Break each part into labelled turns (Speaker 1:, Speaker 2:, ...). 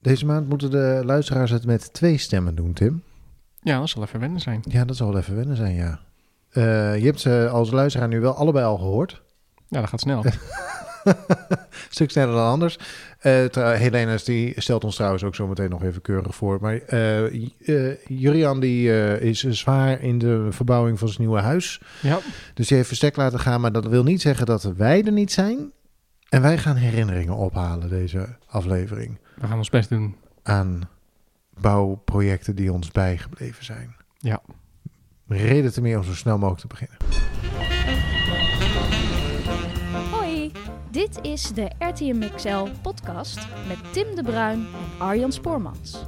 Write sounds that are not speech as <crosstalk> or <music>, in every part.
Speaker 1: Deze maand moeten de luisteraars het met twee stemmen doen, Tim.
Speaker 2: Ja, dat zal even wennen zijn.
Speaker 1: Ja, dat zal wel even wennen zijn, ja. Eh, je hebt ze als luisteraar nu wel allebei al gehoord. <laughs>
Speaker 2: Ja, dat gaat snel.
Speaker 1: stuk sneller dan anders. Eh tra- Helena's die stelt ons trouwens ook zo meteen nog even keurig voor. Maar eh, J- eh, Jurian die eh, is zwaar in de verbouwing van zijn nieuwe huis.
Speaker 2: ja,
Speaker 1: Dus die heeft verstek laten gaan, maar dat wil niet zeggen dat wij er niet zijn. En wij gaan herinneringen ophalen deze aflevering
Speaker 2: we gaan ons best doen.
Speaker 1: aan bouwprojecten die ons bijgebleven zijn.
Speaker 2: Ja.
Speaker 1: Reden te meer om zo snel mogelijk te beginnen.
Speaker 3: Hoi, dit is de RTM XL podcast met Tim de Bruin en Arjan Spoormans.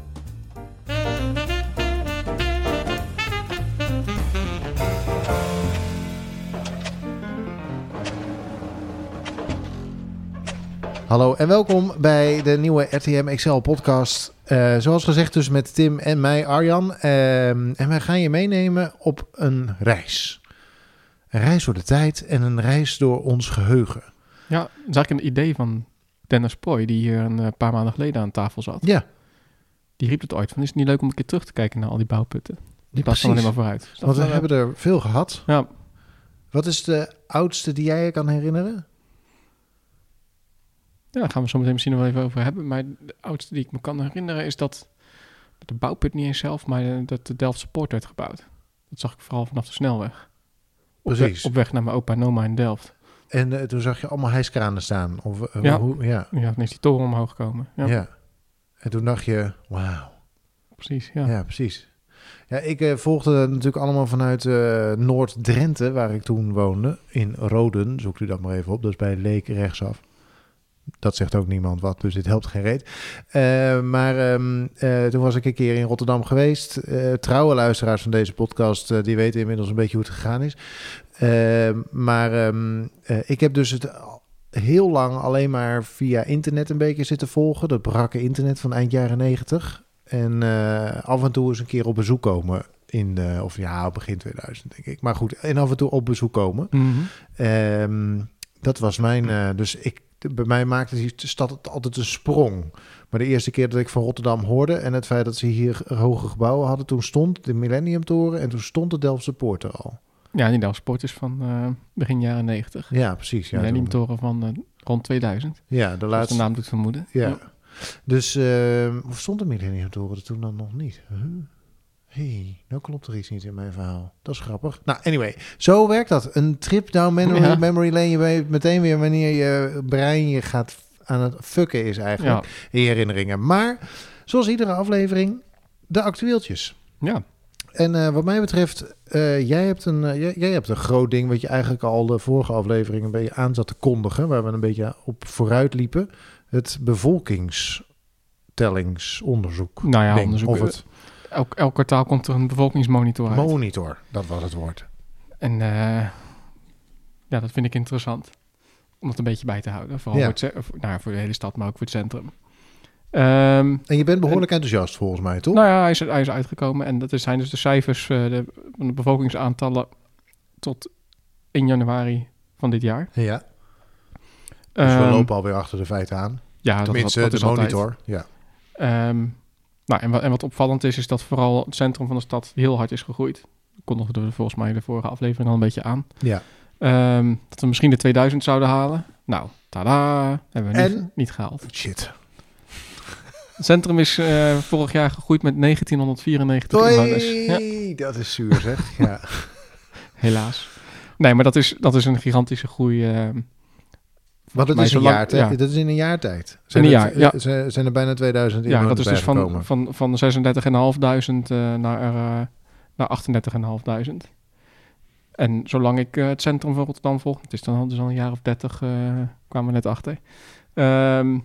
Speaker 1: Hallo en welkom bij de nieuwe RTM Excel podcast. Eh, zoals gezegd dus met Tim en mij, Arjan. Ehm, en wij gaan je meenemen op een reis. Een reis door de tijd en een reis door ons geheugen.
Speaker 2: Ja, dat is eigenlijk een idee van Dennis Ploy, die hier een eh, paar maanden geleden aan tafel zat.
Speaker 1: Ja,
Speaker 2: Die riep het ooit van, is het niet leuk om een keer terug te kijken naar al die bouwputten? Die
Speaker 1: precies.
Speaker 2: past dan alleen maar vooruit. Dus dat
Speaker 1: want we
Speaker 2: wel, eh,
Speaker 1: hebben er veel gehad.
Speaker 2: Ja,
Speaker 1: Wat is de oudste die jij je kan herinneren?
Speaker 2: ja, daar gaan we zo meteen misschien nog wel even over hebben. Maar de oudste die ik me kan herinneren is dat, dat de bouwput niet eens zelf, maar eh, dat de Delftse Poort werd gebouwd. Dat zag ik vooral vanaf de snelweg. Op weg-
Speaker 1: Precies.
Speaker 2: Op weg naar mijn opa en oma in Delft.
Speaker 1: En eh, toen zag je allemaal hijskranen staan. Of, eh,
Speaker 2: Ja.
Speaker 1: Hoe, ja,
Speaker 2: Ja, dan is die toren omhoog komen. Ja,
Speaker 1: ja. En toen dacht je, wauw.
Speaker 2: precies.
Speaker 1: Ja.
Speaker 2: Ja.
Speaker 1: precies. Ja, ik eh, volgde het natuurlijk allemaal vanuit eh, Noord-Drenthe, waar ik toen woonde. In Roden, zoekt u dat maar even op. Dat is bij Leek rechtsaf. Dat zegt ook niemand wat, dus dit helpt geen reet. Eh, maar ehm, eh, toen was ik een keer in Rotterdam geweest. Eh, trouwe luisteraars van deze podcast, eh, die weten inmiddels een beetje hoe het gegaan is. Eh, maar ehm, eh, ik heb dus het al- heel lang alleen maar via internet een beetje zitten volgen. Dat brakke internet van eind jaren negentig. En eh, af en toe eens een keer op bezoek komen. In, eh, of ja, begin 2000 denk ik. Maar goed, en af en toe op bezoek komen.
Speaker 2: Mhm.
Speaker 1: Ehm, dat was mijn. eh, dus ik, bij mij maakte die stad het altijd een sprong. Maar de eerste keer dat ik van Rotterdam hoorde en het feit dat ze hier hoge gebouwen hadden, toen stond de Millenniumtoren en toen stond de Delftse Poort er al.
Speaker 2: Ja, die Delftse Poort is van eh, begin jaren 90.
Speaker 1: Ja, precies.
Speaker 2: Ja,
Speaker 1: Ja,
Speaker 2: Millennium
Speaker 1: toen-
Speaker 2: Toren van eh, rond 2000.
Speaker 1: ja de
Speaker 2: Laatste
Speaker 1: laatste.
Speaker 2: de naam doet vermoeden.
Speaker 1: ja. Dus ehm, of stond de Millenniumtoren er toen dan nog niet? Huh? hey, nou klopt er iets niet in mijn verhaal. Dat is grappig. Nou, anyway, zo werkt dat. Een trip down memory,
Speaker 2: Ja.
Speaker 1: memory lane. Je weet meteen weer wanneer je brein je gaat f- aan het fucken is eigenlijk.
Speaker 2: Ja.
Speaker 1: in je herinneringen. Maar zoals iedere aflevering, de actueeltjes.
Speaker 2: ja,
Speaker 1: En eh, wat mij betreft, eh, jij, hebt een, eh, jij, jij hebt een groot ding wat je eigenlijk al de vorige aflevering een beetje aan zat te kondigen, waar we een beetje op vooruit liepen. Het bevolkingstellingsonderzoek.
Speaker 2: nou ja,
Speaker 1: ding,
Speaker 2: onderzoek.
Speaker 1: Of het
Speaker 2: Elk, elk kwartaal komt er een bevolkingsmonitor uit.
Speaker 1: monitor, dat was het woord.
Speaker 2: en eh, ja, dat vind ik interessant. Om dat een beetje bij te houden. Vooral
Speaker 1: Ja.
Speaker 2: voor, het, ce- voor- nou, ja, voor de hele stad, maar ook voor het centrum. Ehm,
Speaker 1: En je bent behoorlijk enthousiast volgens mij, toch?
Speaker 2: nou ja, hij is, hij is uitgekomen. En dat is- zijn dus de cijfers eh, de, van de bevolkingsaantallen tot 1 januari van dit jaar.
Speaker 1: ja, dus we
Speaker 2: Ehm,
Speaker 1: lopen alweer achter de feiten aan.
Speaker 2: ja, dat-
Speaker 1: Tenminste,
Speaker 2: dat, dat
Speaker 1: de
Speaker 2: is altijd.
Speaker 1: monitor. Ja.
Speaker 2: Ehm, nou, en, wat, en wat opvallend is, is dat vooral het centrum van de stad heel hard is gegroeid. Kondigden we volgens mij de vorige aflevering al een beetje aan.
Speaker 1: Ja.
Speaker 2: Ehm, dat we misschien de 2000 zouden halen. Nou, tada, hebben we niet,
Speaker 1: En?
Speaker 2: niet gehaald.
Speaker 1: Shit.
Speaker 2: Het centrum is eh, vorig jaar gegroeid met 1994 inwoners. Ja,
Speaker 1: Oei, dat is zuur zeg.
Speaker 2: <laughs>
Speaker 1: Ja.
Speaker 2: helaas. Nee, maar dat is, dat is een gigantische groei. ehm,
Speaker 1: Want het
Speaker 2: Maar
Speaker 1: is
Speaker 2: zo
Speaker 1: een
Speaker 2: lang-
Speaker 1: jaar tijd.
Speaker 2: ja.
Speaker 1: Dat is in een jaar tijd.
Speaker 2: een
Speaker 1: er-
Speaker 2: jaar, ja.
Speaker 1: zijn, zijn er bijna 2000
Speaker 2: ja, dat is dus van,
Speaker 1: gekomen.
Speaker 2: van, van 36.500 eh, naar, eh naar 38.500. En zolang ik eh, het centrum van Rotterdam volg, het is dan dus al een jaar of 30, eh, kwamen we net achter. Ehm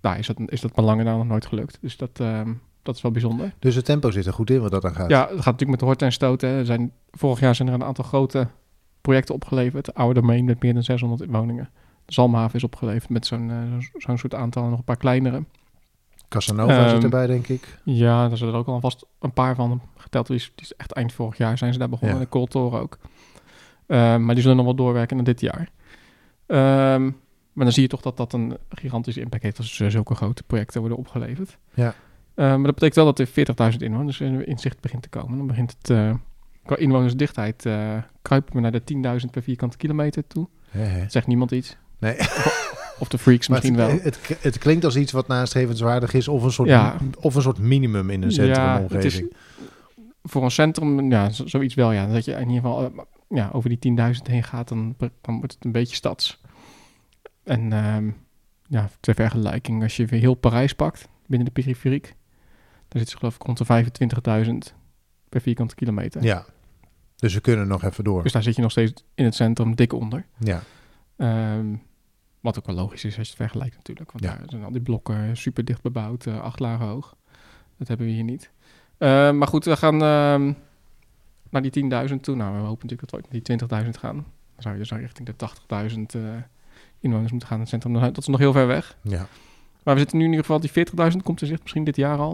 Speaker 2: nou, is dat, is dat maar lange na nog nooit gelukt. Dus dat, ehm, dat is wel bijzonder.
Speaker 1: Dus het tempo zit er goed in wat dat dan gaat.
Speaker 2: Ja, het gaat natuurlijk met horten en stoten. hè. Er zijn, vorig jaar zijn er een aantal grote projecten opgeleverd. Oude Domein met meer dan 600 woningen. Zalmhaven is opgeleverd met zo'n eh, zo'n- zo'n soort aantal en nog een paar kleinere.
Speaker 1: Casanova
Speaker 2: Ehm,
Speaker 1: zit erbij, denk ik.
Speaker 2: Ja, daar zullen er ook alvast een paar van geteld. Die is, die is echt eind vorig jaar zijn ze daar begonnen.
Speaker 1: Ja.
Speaker 2: De Kooltoren ook. Ehm, maar die zullen nog wel doorwerken naar dit jaar. Ehm, Maar dan zie je toch dat dat een gigantische impact heeft als er zulke grote projecten worden opgeleverd.
Speaker 1: Ja.
Speaker 2: Eh, maar dat betekent wel dat er 40.000 inwoners eh, in zicht begint te komen. Dan begint het eh, qua inwonersdichtheid eh kruipen we naar de 10.000 per vierkante kilometer toe.
Speaker 1: Hè, hè.
Speaker 2: Dat zegt niemand iets.
Speaker 1: Nee.
Speaker 2: Of de
Speaker 1: <laughs>
Speaker 2: freaks
Speaker 1: Maar
Speaker 2: misschien wel.
Speaker 1: het, het, het klinkt als iets wat nastrevenswaardig is of een soort,
Speaker 2: Ja.
Speaker 1: of een soort minimum in een
Speaker 2: het is
Speaker 1: centrumomgeving.
Speaker 2: voor een centrum, ja, z- zoiets wel, ja. Dat je in ieder geval eh, ja, over die 10.000 heen gaat, dan, be- dan wordt het een beetje stads. En ehm, ja, ter vergelijking, als je weer heel Parijs pakt, binnen de periferiek, daar zit ze geloof ik rond de 25.000 per vierkante kilometer.
Speaker 1: Ja, dus we kunnen nog even door.
Speaker 2: Dus daar zit je nog steeds in het centrum dik onder.
Speaker 1: Ja,
Speaker 2: Ehm, wat ook wel logisch is als je het vergelijkt natuurlijk. Want
Speaker 1: Ja.
Speaker 2: daar zijn al die blokken super dicht bebouwd, eh, acht lagen hoog. Dat hebben we hier niet. Eh, maar goed, we gaan ehm, naar die 10.000 toe. Nou, we hopen natuurlijk dat we ooit naar die 20.000 gaan. Dan zou je dus al richting de 80.000 eh, inwoners moeten gaan in het centrum. Nou, Dat is nog heel ver weg.
Speaker 1: ja.
Speaker 2: Maar we zitten nu in ieder geval, die 40.000 komt in zicht misschien dit jaar al.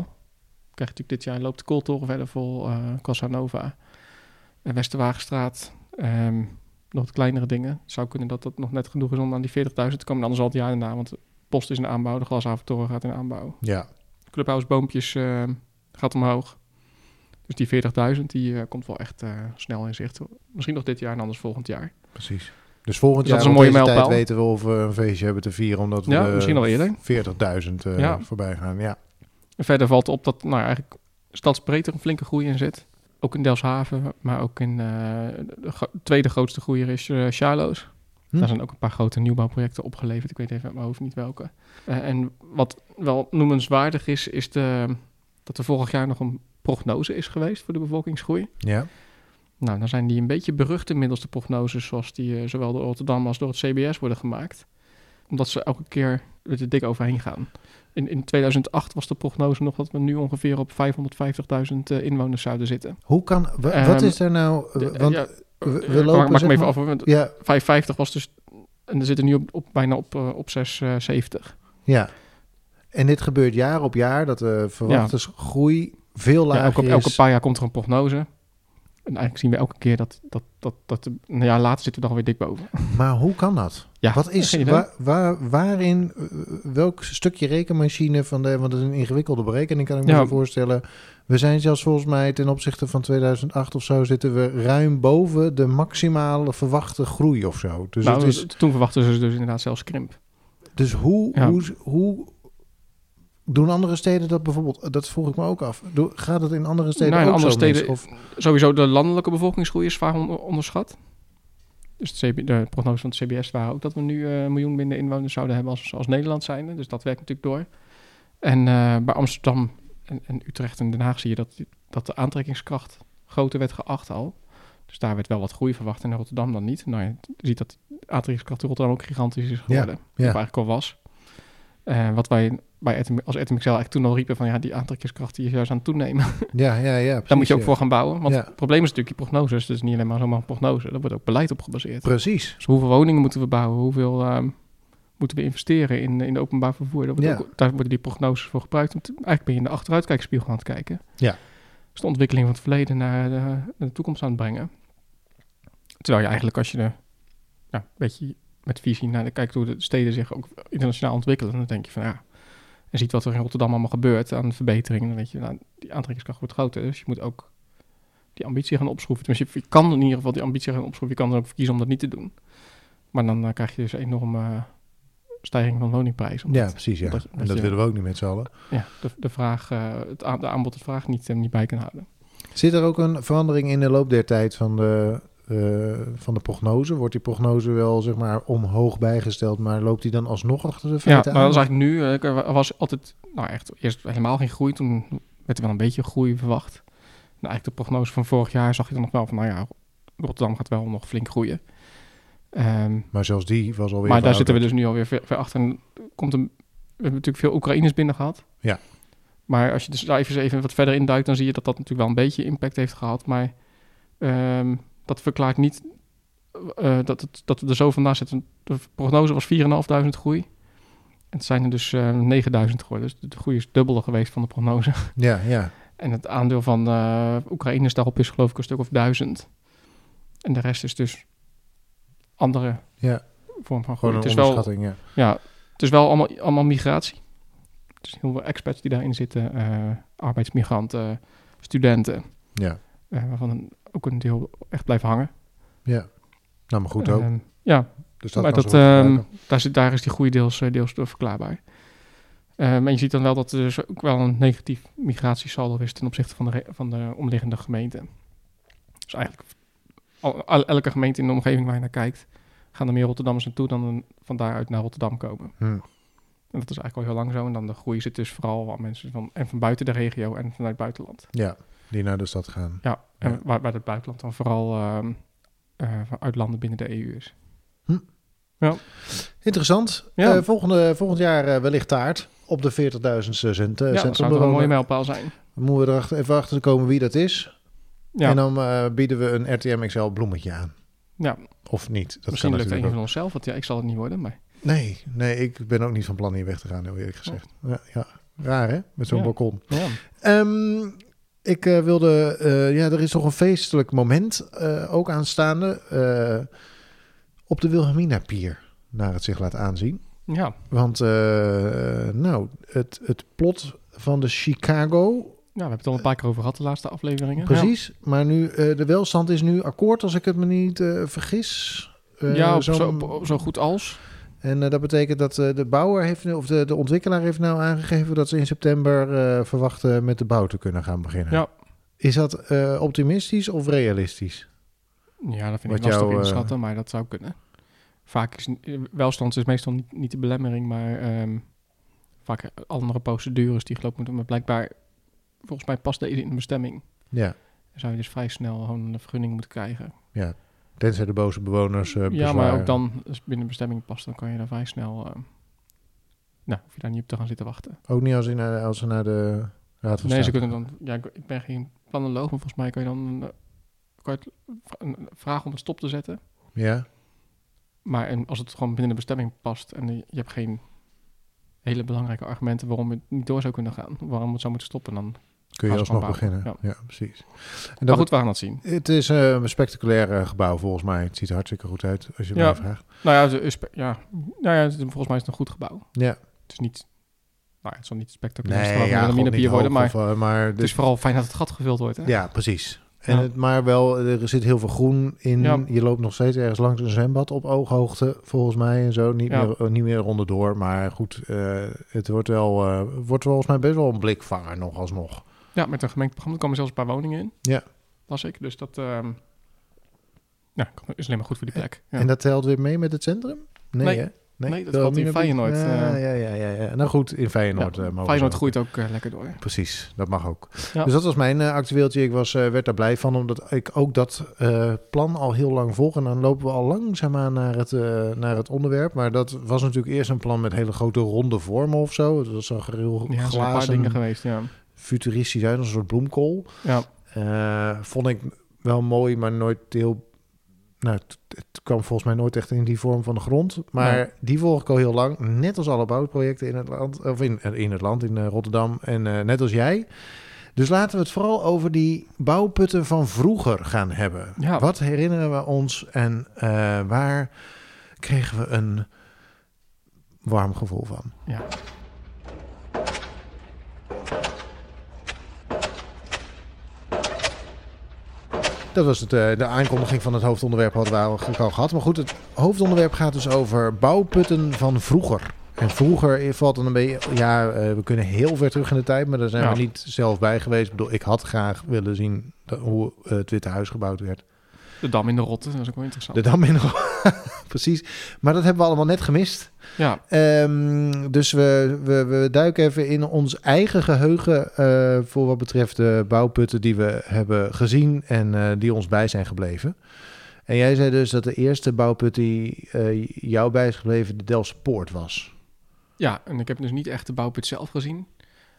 Speaker 2: Krijg je natuurlijk dit jaar, loopt de Kooltoren verder vol, eh Casanova, eh, Westerwagenstraat. ehm, nog wat kleinere dingen. Het zou kunnen dat dat nog net genoeg is om aan die 40.000 te komen. Anders al het jaar daarna, want de post is in aanbouw, de glashaventoren gaat in aanbouw.
Speaker 1: ja.
Speaker 2: Clubhouse Boompjes eh, gaat omhoog. Dus die 40.000 die eh, komt wel echt eh, snel in zicht. Misschien nog dit jaar en anders volgend jaar.
Speaker 1: Precies. Dus volgend
Speaker 2: Ja,
Speaker 1: jaar
Speaker 2: dat is
Speaker 1: om
Speaker 2: een mooie
Speaker 1: deze tijd
Speaker 2: mijlpaal.
Speaker 1: weten we of we een feestje hebben te vieren. Omdat we
Speaker 2: Ja,
Speaker 1: de
Speaker 2: misschien al eerder.
Speaker 1: 40.000 eh,
Speaker 2: Ja.
Speaker 1: voorbij gaan. Ja.
Speaker 2: En verder valt op dat nou, eigenlijk stadsbreedte een flinke groei in zit. Ook in Delfshaven, maar ook in eh, de gro- tweede grootste groeier is eh Charlo's.
Speaker 1: Hm?
Speaker 2: Daar zijn ook een paar grote nieuwbouwprojecten opgeleverd. Ik weet even uit mijn hoofd niet welke. Eh, en wat wel noemenswaardig is, is de, dat er vorig jaar nog een prognose is geweest voor de bevolkingsgroei.
Speaker 1: Hm? ja.
Speaker 2: Nou, dan zijn die een beetje berucht inmiddels de prognoses zoals die eh, zowel door Rotterdam als door het CBS worden gemaakt. Omdat ze elke keer er dik overheen gaan. In, in 2008 was de prognose nog dat we nu ongeveer op 550.000 eh, inwoners zouden zitten.
Speaker 1: Hoe kan... wa- wat
Speaker 2: Ehm,
Speaker 1: is er nou...
Speaker 2: De-
Speaker 1: want,
Speaker 2: ja,
Speaker 1: we
Speaker 2: eh,
Speaker 1: lopen,
Speaker 2: maak-
Speaker 1: zeg
Speaker 2: Maak me even
Speaker 1: maar-
Speaker 2: af. hoor, want
Speaker 1: ja,
Speaker 2: 550 was dus... En we zitten nu op, op, bijna op, eh, op 670.
Speaker 1: ja. En dit gebeurt jaar op jaar. Dat de verwachte groei veel
Speaker 2: Ja, elke,
Speaker 1: lager
Speaker 2: elke
Speaker 1: is.
Speaker 2: paar jaar komt er een prognose. En eigenlijk zien we elke keer dat... dat, dat, dat een jaar later zitten we dan weer dik boven.
Speaker 1: Maar hoe kan dat?
Speaker 2: <laughs> Ja,
Speaker 1: Wat is,
Speaker 2: geen idee.
Speaker 1: waar, waar, waarin, eh, welk stukje rekenmachine van de, want het is een ingewikkelde berekening kan ik me
Speaker 2: Ja.
Speaker 1: zo voorstellen. We zijn zelfs volgens mij ten opzichte van 2008 of zo zitten we ruim boven de maximale verwachte groei of zo. Dus,
Speaker 2: nou,
Speaker 1: het is,
Speaker 2: t- Toen verwachten ze dus inderdaad zelfs krimp.
Speaker 1: dus hoe,
Speaker 2: Ja.
Speaker 1: hoe, hoe doen andere steden dat bijvoorbeeld? Dat vroeg ik me ook af. Doe- Gaat het in andere steden
Speaker 2: Nou, in
Speaker 1: ook
Speaker 2: andere
Speaker 1: zo mis?
Speaker 2: steden-
Speaker 1: Of,
Speaker 2: Sowieso de landelijke bevolkingsgroei is zwaar on- onderschat. Dus de, CB de prognoses van het CBS waren ook dat we nu eh, een miljoen minder inwoners zouden hebben als, als Nederland zijn. Dus dat werkt natuurlijk door. En eh, bij Amsterdam en, en Utrecht en Den Haag zie je dat, dat de aantrekkingskracht groter werd geacht al. Dus daar werd wel wat groei verwacht en in Rotterdam dan niet. Nou, je ziet dat de aantrekkingskracht in Rotterdam ook gigantisch is geworden. Of eigenlijk al was. Eh, wat wij bij RTM als RTMXL eigenlijk toen al riepen van ja, die aantrekkingskracht die is juist aan het toenemen.
Speaker 1: ja, ja, ja.
Speaker 2: Daar
Speaker 1: precies,
Speaker 2: moet je ook
Speaker 1: ja.
Speaker 2: voor gaan bouwen. Want
Speaker 1: Ja.
Speaker 2: het probleem is natuurlijk die prognoses. Dus niet alleen maar zomaar een prognose. Daar wordt ook beleid op gebaseerd.
Speaker 1: Precies.
Speaker 2: Dus hoeveel woningen moeten we bouwen? Hoeveel ehm, moeten we investeren in, in openbaar vervoer? Daar, wordt
Speaker 1: Ja.
Speaker 2: ook- daar worden die prognoses voor gebruikt. om te- eigenlijk ben je in de achteruitkijkspiegel aan het kijken.
Speaker 1: Ja.
Speaker 2: Dus de ontwikkeling van het verleden naar de, naar de toekomst aan het brengen. Terwijl je eigenlijk als je de, ja, een beetje met visie naar de, kijkt hoe de steden zich ook internationaal ontwikkelen. Dan denk je van ja, en ziet wat er in Rotterdam allemaal gebeurt aan verbeteringen. Dan weet je, nou, die aantrekkingskracht wordt groter. Dus je moet ook die ambitie gaan opschroeven. Tenminste, je kan in ieder geval die ambitie gaan opschroeven. Je kan er ook voor kiezen om dat niet te doen. Maar dan eh, krijg je dus een enorme eh, stijging van woningprijzen. Omdat
Speaker 1: Ja, precies. Ja.
Speaker 2: omdat je-
Speaker 1: en
Speaker 2: omdat
Speaker 1: dat
Speaker 2: je-
Speaker 1: willen we ook niet met z'n allen.
Speaker 2: ja, de, de, vraag, eh, het aan, de aanbod de vraag niet, eh, niet bij kan houden.
Speaker 1: Zit er ook een verandering in de loop der tijd van de, eh, van de prognose? Wordt die prognose wel zeg maar omhoog bijgesteld, maar loopt die dan alsnog achter de
Speaker 2: Ja,
Speaker 1: feiten
Speaker 2: maar dat
Speaker 1: aan?
Speaker 2: is eigenlijk nu. eh, Er was altijd, nou echt, eerst helemaal geen groei. Toen werd er wel een beetje groei verwacht. Nou, eigenlijk de prognose van vorig jaar zag je dan nog wel van, nou ja, Rotterdam gaat wel nog flink groeien. Ehm,
Speaker 1: Maar zelfs die was alweer
Speaker 2: maar daar zitten
Speaker 1: verouderd.
Speaker 2: we dus nu alweer ver, ver achter. En komt een, we hebben natuurlijk veel Oekraïners binnen gehad.
Speaker 1: Ja.
Speaker 2: Maar als je de cijfers even wat verder induikt, dan zie je dat dat natuurlijk wel een beetje impact heeft gehad. Maar ehm, dat verklaart niet eh, dat, het, dat we er zo vandaan zitten. De prognose was 4.500 groei. En het zijn er dus eh, 9.000 geworden. Dus de groei is dubbele geweest van de prognose. <laughs>
Speaker 1: Ja, ja.
Speaker 2: En het aandeel van eh Oekraïners daarop is geloof ik een stuk of duizend. En de rest is dus andere
Speaker 1: Ja.
Speaker 2: vorm van groei.
Speaker 1: Gewoon
Speaker 2: Het
Speaker 1: een
Speaker 2: is wel
Speaker 1: onderschatting, ja.
Speaker 2: ja, het is wel allemaal, allemaal migratie. Dus heel veel expats die daarin zitten, eh, arbeidsmigranten, studenten,
Speaker 1: ja.
Speaker 2: eh, waarvan een- ook een deel echt blijft hangen.
Speaker 1: Ja. Nou, maar goed ook.
Speaker 2: Ehm, ja,
Speaker 1: dus dat
Speaker 2: maar
Speaker 1: kan
Speaker 2: dat,
Speaker 1: ze wel
Speaker 2: ehm,
Speaker 1: gebruiken.
Speaker 2: daar, zit, daar is die groei deels, eh, deels door verklaarbaar. Ehm, en je ziet dan wel dat er dus ook wel een negatief migratiesaldo is ten opzichte van de, re- van de omliggende gemeenten. Dus eigenlijk al- al- elke gemeente in de omgeving waar je naar kijkt, gaan er meer Rotterdammers naartoe dan een- van daaruit naar Rotterdam komen.
Speaker 1: Hmm.
Speaker 2: En dat is eigenlijk al heel lang zo. En dan de groei zit dus vooral aan mensen van, en van buiten de regio en vanuit het buitenland.
Speaker 1: Ja, die naar de stad gaan.
Speaker 2: Ja, en
Speaker 1: Ja.
Speaker 2: Waar, waar het buitenland dan vooral ehm eh, uit landen binnen de EU
Speaker 1: Eh,
Speaker 2: is.
Speaker 1: Interessant.
Speaker 2: Ja.
Speaker 1: Eh, volgende, volgend jaar eh, wellicht taart op de 40.000 cent. eh,
Speaker 2: ja, dat zou toch een mooie mijlpaal zijn.
Speaker 1: Moeten we er achter- even achter komen wie dat is.
Speaker 2: Ja.
Speaker 1: En dan eh, bieden we een RTM XL bloemetje aan.
Speaker 2: Ja.
Speaker 1: Of niet. Dat
Speaker 2: Misschien
Speaker 1: kan
Speaker 2: lukt een
Speaker 1: natuurlijk
Speaker 2: van onszelf, want ja, ik zal het niet worden. Maar
Speaker 1: ook. Nee, nee, ik ben ook niet van plan hier weg te gaan, heel eerlijk gezegd. Ja, ja. Raar hè, met zo'n
Speaker 2: Oh. Ja.
Speaker 1: balkon.
Speaker 2: ja,
Speaker 1: Ehm, ik eh, wilde, eh, ja, er is toch een feestelijk moment eh, ook aanstaande eh, op de Wilhelmina Pier, naar het zich laat aanzien.
Speaker 2: ja,
Speaker 1: Want, eh, nou, het, het plot van de Chicago,
Speaker 2: we hebben het al een paar keer over gehad, de laatste afleveringen.
Speaker 1: precies. Maar nu, eh, de welstand is nu akkoord, als ik het me niet eh, vergis.
Speaker 2: Ja,
Speaker 1: Eh,
Speaker 2: ja op
Speaker 1: zo'n-
Speaker 2: zo, op- op zo goed als.
Speaker 1: En eh, dat betekent dat eh, de bouwer heeft, nu- of de, de ontwikkelaar heeft nou aangegeven dat ze in september eh, verwachten met de bouw te kunnen gaan beginnen.
Speaker 2: Ja.
Speaker 1: Is dat eh, optimistisch of realistisch?
Speaker 2: Ja, dat vind
Speaker 1: Wat
Speaker 2: ik lastig
Speaker 1: jou, eh,
Speaker 2: inschatten, maar dat zou kunnen. Vaak is eh, welstand is meestal niet, niet de belemmering, maar ehm, vaak andere procedures die gelopen moeten. Maar blijkbaar, volgens mij past deze in de bestemming.
Speaker 1: Ja,
Speaker 2: Dan zou je dus vrij snel gewoon een vergunning moeten krijgen.
Speaker 1: tenzij de boze bewoners eh
Speaker 2: ja, maar
Speaker 1: bezwaren.
Speaker 2: ook dan, als het binnen de bestemming past, dan kan je daar vrij snel... ehm, nou, hoef je daar niet op te gaan zitten wachten.
Speaker 1: Ook niet als ze naar, als ze naar de Raad van
Speaker 2: Nee, ze
Speaker 1: State
Speaker 2: kunnen
Speaker 1: gaan.
Speaker 2: dan. Ja, ik, ik ben geen planoloog, maar volgens mij kan je dan eh, kan je het v- een vraag om het stop te zetten.
Speaker 1: Ja,
Speaker 2: Maar en als het gewoon binnen de bestemming past en je hebt geen hele belangrijke argumenten waarom het niet door zou kunnen gaan, waarom het zou moeten stoppen, dan.
Speaker 1: kun je
Speaker 2: Gaan ze
Speaker 1: alsnog
Speaker 2: gewoon bouwen,
Speaker 1: beginnen. Ja, precies. En
Speaker 2: Maar
Speaker 1: dat
Speaker 2: goed, we gaan dat zien.
Speaker 1: het is eh, een spectaculair eh, gebouw volgens mij. Het ziet er hartstikke goed uit als je
Speaker 2: Ja.
Speaker 1: mij vraagt.
Speaker 2: Nou ja, ze is, ja, nou ja, het is- volgens mij is het een goed gebouw.
Speaker 1: Ja,
Speaker 2: Het is niet. Nou, ja, het zal niet spectaculair
Speaker 1: nee,
Speaker 2: ja,
Speaker 1: ja,
Speaker 2: een
Speaker 1: god, niet
Speaker 2: minepier worden,
Speaker 1: hoog
Speaker 2: maar
Speaker 1: of, eh, maar
Speaker 2: het is vooral fijn dat het gat gevuld wordt. Hè?
Speaker 1: Ja, precies. En
Speaker 2: Ja.
Speaker 1: het, maar wel, er zit heel veel groen in.
Speaker 2: Ja.
Speaker 1: Je loopt nog steeds ergens langs een zwembad op ooghoogte, volgens mij. En zo, niet,
Speaker 2: Ja.
Speaker 1: meer, eh, niet meer onderdoor. Maar goed, eh, het wordt wel, eh, wordt volgens mij best wel een blikvanger nog alsnog.
Speaker 2: Ja, met een gemengd programma komen zelfs een paar woningen in.
Speaker 1: Ja.
Speaker 2: Was ik. Dus dat ehm, ja, is alleen maar goed voor die plek. Ja.
Speaker 1: En dat telt weer mee met het centrum? Nee,
Speaker 2: Nee.
Speaker 1: hè?
Speaker 2: Nee, dat
Speaker 1: Wel,
Speaker 2: valt in
Speaker 1: Mina Piet?
Speaker 2: Feyenoord,
Speaker 1: Ja,
Speaker 2: eh.
Speaker 1: ja, ja, ja, ja. Nou goed, in Feyenoord. eh,
Speaker 2: ja,
Speaker 1: mogen ze
Speaker 2: Feyenoord
Speaker 1: ook.
Speaker 2: groeit ook eh, lekker door.
Speaker 1: Precies, dat mag ook.
Speaker 2: Ja.
Speaker 1: Dus dat was mijn eh, actueeltje. Ik was, eh, werd daar blij van, omdat ik ook dat eh, plan al heel lang volg. En dan lopen we al langzaamaan naar het, eh, naar het onderwerp. Maar dat was natuurlijk eerst een plan met hele grote ronde vormen of zo. Het was zag er heel
Speaker 2: Ja, er zijn een paar
Speaker 1: glazen,
Speaker 2: dingen geweest, ja.
Speaker 1: futuristisch uit, als een soort bloemkool.
Speaker 2: ja.
Speaker 1: Eh, vond ik wel mooi, maar nooit heel... Nou, het, het kwam volgens mij nooit echt in die vorm van de grond. Maar
Speaker 2: Nee.
Speaker 1: die volg ik al heel lang. Net als alle bouwprojecten in het land, of in, in het land, in eh, Rotterdam. En eh, net als jij. Dus laten we het vooral over die bouwputten van vroeger gaan hebben.
Speaker 2: Ja.
Speaker 1: Wat herinneren we ons en eh, waar kregen we een warm gevoel van?
Speaker 2: ja.
Speaker 1: Dat was het, eh, de aankondiging van het hoofdonderwerp hadden we eigenlijk al gehad. Maar goed, het hoofdonderwerp gaat dus over bouwputten van vroeger. En vroeger valt dan een beetje... Ja, eh, we kunnen heel ver terug in de tijd, maar daar zijn
Speaker 2: Ja.
Speaker 1: we niet zelf bij geweest. Ik bedoel, ik had graag willen zien dat- hoe eh, het Witte Huis gebouwd werd.
Speaker 2: De dam in de rotte, dat is ook wel interessant.
Speaker 1: De Dam in <laughs> Precies. Maar dat hebben we allemaal net gemist.
Speaker 2: Ja,
Speaker 1: Ehm, dus we, we, we duiken even in ons eigen geheugen eh, voor wat betreft de bouwputten die we hebben gezien en eh, die ons bij zijn gebleven. En jij zei dus dat de eerste bouwput die eh, jou bij is gebleven de Delftse Poort was.
Speaker 2: ja, en ik heb dus niet echt de bouwput zelf gezien.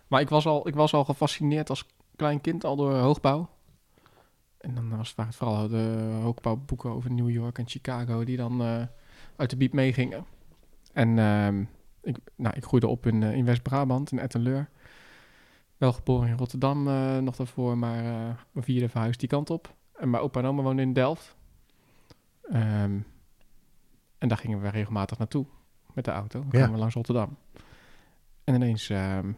Speaker 2: Maar ik was al, ik was al gefascineerd als klein kind al door hoogbouw. En dan was het vaak vooral de hoogbouwboeken over New York en Chicago die dan eh, uit de biep meegingen. En ehm, ik, nou, ik groeide op in, eh, in West-Brabant, in Ettenleur. Wel geboren in Rotterdam eh, nog daarvoor, maar eh, mijn vierde verhuisd die kant op. En mijn opa en oma woonden in Delft. Ehm, En daar gingen we regelmatig naartoe met de auto. Dan
Speaker 1: Ja.
Speaker 2: kwamen we langs Rotterdam. En ineens ehm,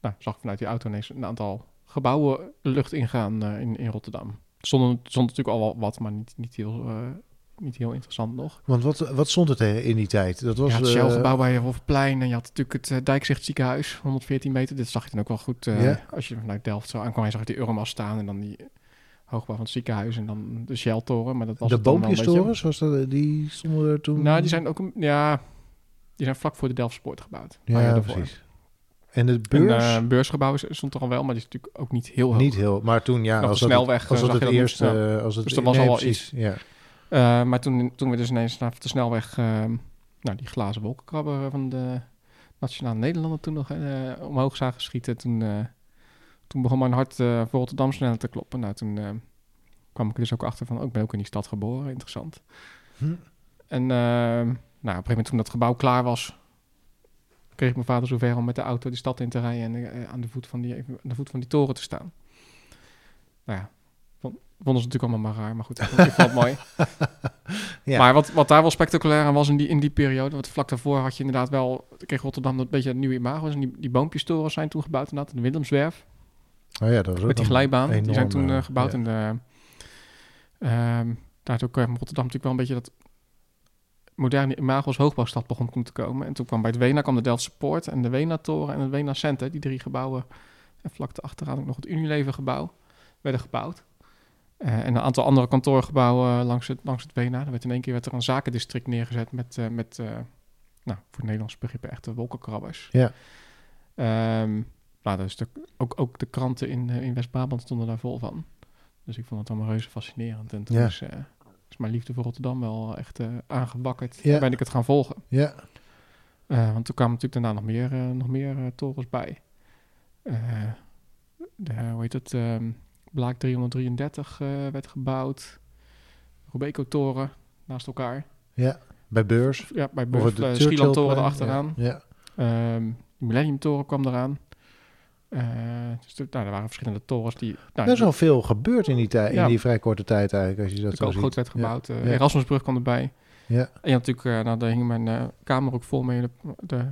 Speaker 2: nou, zag ik vanuit die auto ineens een aantal gebouwen de lucht ingaan eh, in, in Rotterdam. Er Stond, er stond natuurlijk al wel wat, maar niet, niet, heel, eh, niet heel interessant nog.
Speaker 1: Want wat, wat stond het eh, in die tijd? Dat was
Speaker 2: je had het
Speaker 1: eh,
Speaker 2: Shell-gebouw bij Hofplein en je had natuurlijk het eh, Dijkzichtziekenhuis, 114 meter. Dit zag je dan ook wel goed eh,
Speaker 1: Ja.
Speaker 2: als je vanuit Delft zo aankwam. Je zag die Euromast staan en dan die hoogbouw van het ziekenhuis en dan de Shell-toren. Maar dat was
Speaker 1: de
Speaker 2: het dan wel een beetje.
Speaker 1: boompjestorens, was dat, die stonden er toen?
Speaker 2: Nou, die zijn ook een, ja, die zijn vlak voor de Delftspoort gebouwd.
Speaker 1: Ja,
Speaker 2: Maar daarvoor.
Speaker 1: precies. En het
Speaker 2: Een
Speaker 1: beurs?
Speaker 2: eh, beursgebouw is- stond er al wel, maar die is natuurlijk ook niet heel hoog.
Speaker 1: niet heel, maar toen ja,
Speaker 2: Vanaf
Speaker 1: als
Speaker 2: de
Speaker 1: dat,
Speaker 2: snelweg,
Speaker 1: als
Speaker 2: eh,
Speaker 1: dat
Speaker 2: zag
Speaker 1: het
Speaker 2: je dat nog
Speaker 1: eerste, eh, als het
Speaker 2: Dus er was al wel
Speaker 1: precies, Ja.
Speaker 2: Eh, maar toen, toen we dus ineens vanaf de snelweg, ehm, nou, die glazen wolkenkrabber van de Nationale Nederlanden toen nog eh, omhoog zagen schieten, toen, eh, toen begon mijn hart eh, voor Rotterdam sneller te kloppen. Nou, toen eh, kwam ik er dus ook achter van, oh, ik ben ook in die stad geboren, interessant.
Speaker 1: Hm.
Speaker 2: En ehm, nou, op een gegeven moment toen dat gebouw klaar was, kreeg mijn vader zover om met de auto de stad in te rijden en eh, aan, de voet van die, aan de voet van die toren te staan. Nou ja, vond- vonden ze natuurlijk allemaal maar raar, maar goed, ik vond het mooi.
Speaker 1: Ja.
Speaker 2: Maar wat, wat daar wel spectaculair aan was in die, in die periode, want vlak daarvoor had je inderdaad wel, kreeg Rotterdam een beetje een nieuwe imago. En die, die boompjestorens zijn toen gebouwd inderdaad, de Willemswerf.
Speaker 1: Oh ja, dat was ook
Speaker 2: Met die
Speaker 1: een
Speaker 2: glijbaan, die zijn
Speaker 1: enorme-
Speaker 2: toen eh, gebouwd.
Speaker 1: ja.
Speaker 2: En de, ehm, daar had ook eh, Rotterdam natuurlijk wel een beetje dat moderne imago als hoogbouwstad begon toen te komen. En toen kwam bij het Wena kwam de Delftse Poort en de Wena-toren en het Wena Center. Die drie gebouwen. En vlak daarachteraan ook nog het Unilever-gebouw werden gebouwd. Eh, en een aantal andere kantoorgebouwen eh, langs het, langs het Wena. Er werd in één keer werd er een zakendistrict neergezet met, eh, met eh, nou, voor het Nederlands begrippen echte wolkenkrabbers.
Speaker 1: Ja.
Speaker 2: Ehm, nou, dus de, ook, ook de kranten in, eh, in West-Brabant stonden daar vol van. Dus ik vond het allemaal reuze fascinerend. En toen
Speaker 1: Ja.
Speaker 2: is, eh, is mijn liefde voor Rotterdam wel echt eh aangebakkerd.
Speaker 1: Ja.
Speaker 2: Toen ben ik het gaan volgen.
Speaker 1: Ja,
Speaker 2: Eh, want toen kwamen natuurlijk daarna nog meer, eh, nog meer eh, torens bij. Eh, de, hoe heet het? ehm Blaak 333 eh, werd gebouwd. Robeco-toren naast elkaar.
Speaker 1: ja, bij beurs.
Speaker 2: Ja, bij
Speaker 1: Of het
Speaker 2: Burf, eh,
Speaker 1: Churchill
Speaker 2: Schielandtoren
Speaker 1: Plein,
Speaker 2: erachteraan.
Speaker 1: Ja, ja.
Speaker 2: Ehm, de Millennium Toren kwam eraan. Eh, dus er- nou, er waren verschillende torens die... Nou,
Speaker 1: Er is wel veel gebeurd in die, tijd, in
Speaker 2: Ja.
Speaker 1: die vrij korte tijd eigenlijk, als je dat
Speaker 2: natuurlijk
Speaker 1: zo
Speaker 2: ook
Speaker 1: ziet.
Speaker 2: goed werd gebouwd. Eh,
Speaker 1: ja.
Speaker 2: Erasmusbrug kwam erbij.
Speaker 1: Ja.
Speaker 2: En ja, natuurlijk, eh, nou, daar hing mijn eh, kamer ook vol mee. De, de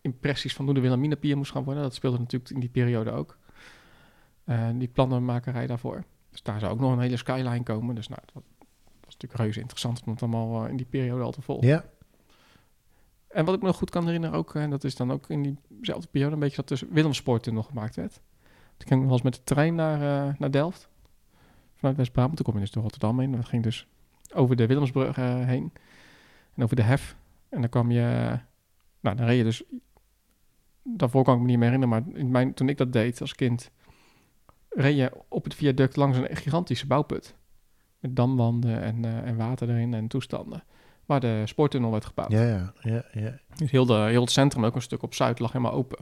Speaker 2: impressies van hoe de Wilhelminapier moest gaan worden. Dat speelde natuurlijk in die periode ook. Eh, die plannenmakerij daarvoor. Dus daar zou ook nog een hele skyline komen. Dus nou, het was, het was natuurlijk reuze interessant om het allemaal eh, in die periode al te volgen.
Speaker 1: Ja,
Speaker 2: En wat ik me nog goed kan herinneren ook, en dat is dan ook in diezelfde periode een beetje dat dus Willemspoort toen nog gemaakt werd. Toen ging ik nog wel eens met de trein naar, eh, naar Delft. Vanuit West-Brabant, toen kom je dus door Rotterdam heen. En dat ging dus over de Willemsbrug eh, heen. En over de hef. En dan kwam je... nou, dan reed je dus... Daarvoor kan ik me niet meer herinneren, maar in mijn, toen ik dat deed als kind... reed je op het viaduct langs een gigantische bouwput. Met damwanden en, eh, en water erin en toestanden. Waar de spoortunnel werd gebouwd.
Speaker 1: ja, ja, ja, ja.
Speaker 2: Dus heel, de, heel het centrum, ook een stuk op Zuid, lag helemaal open.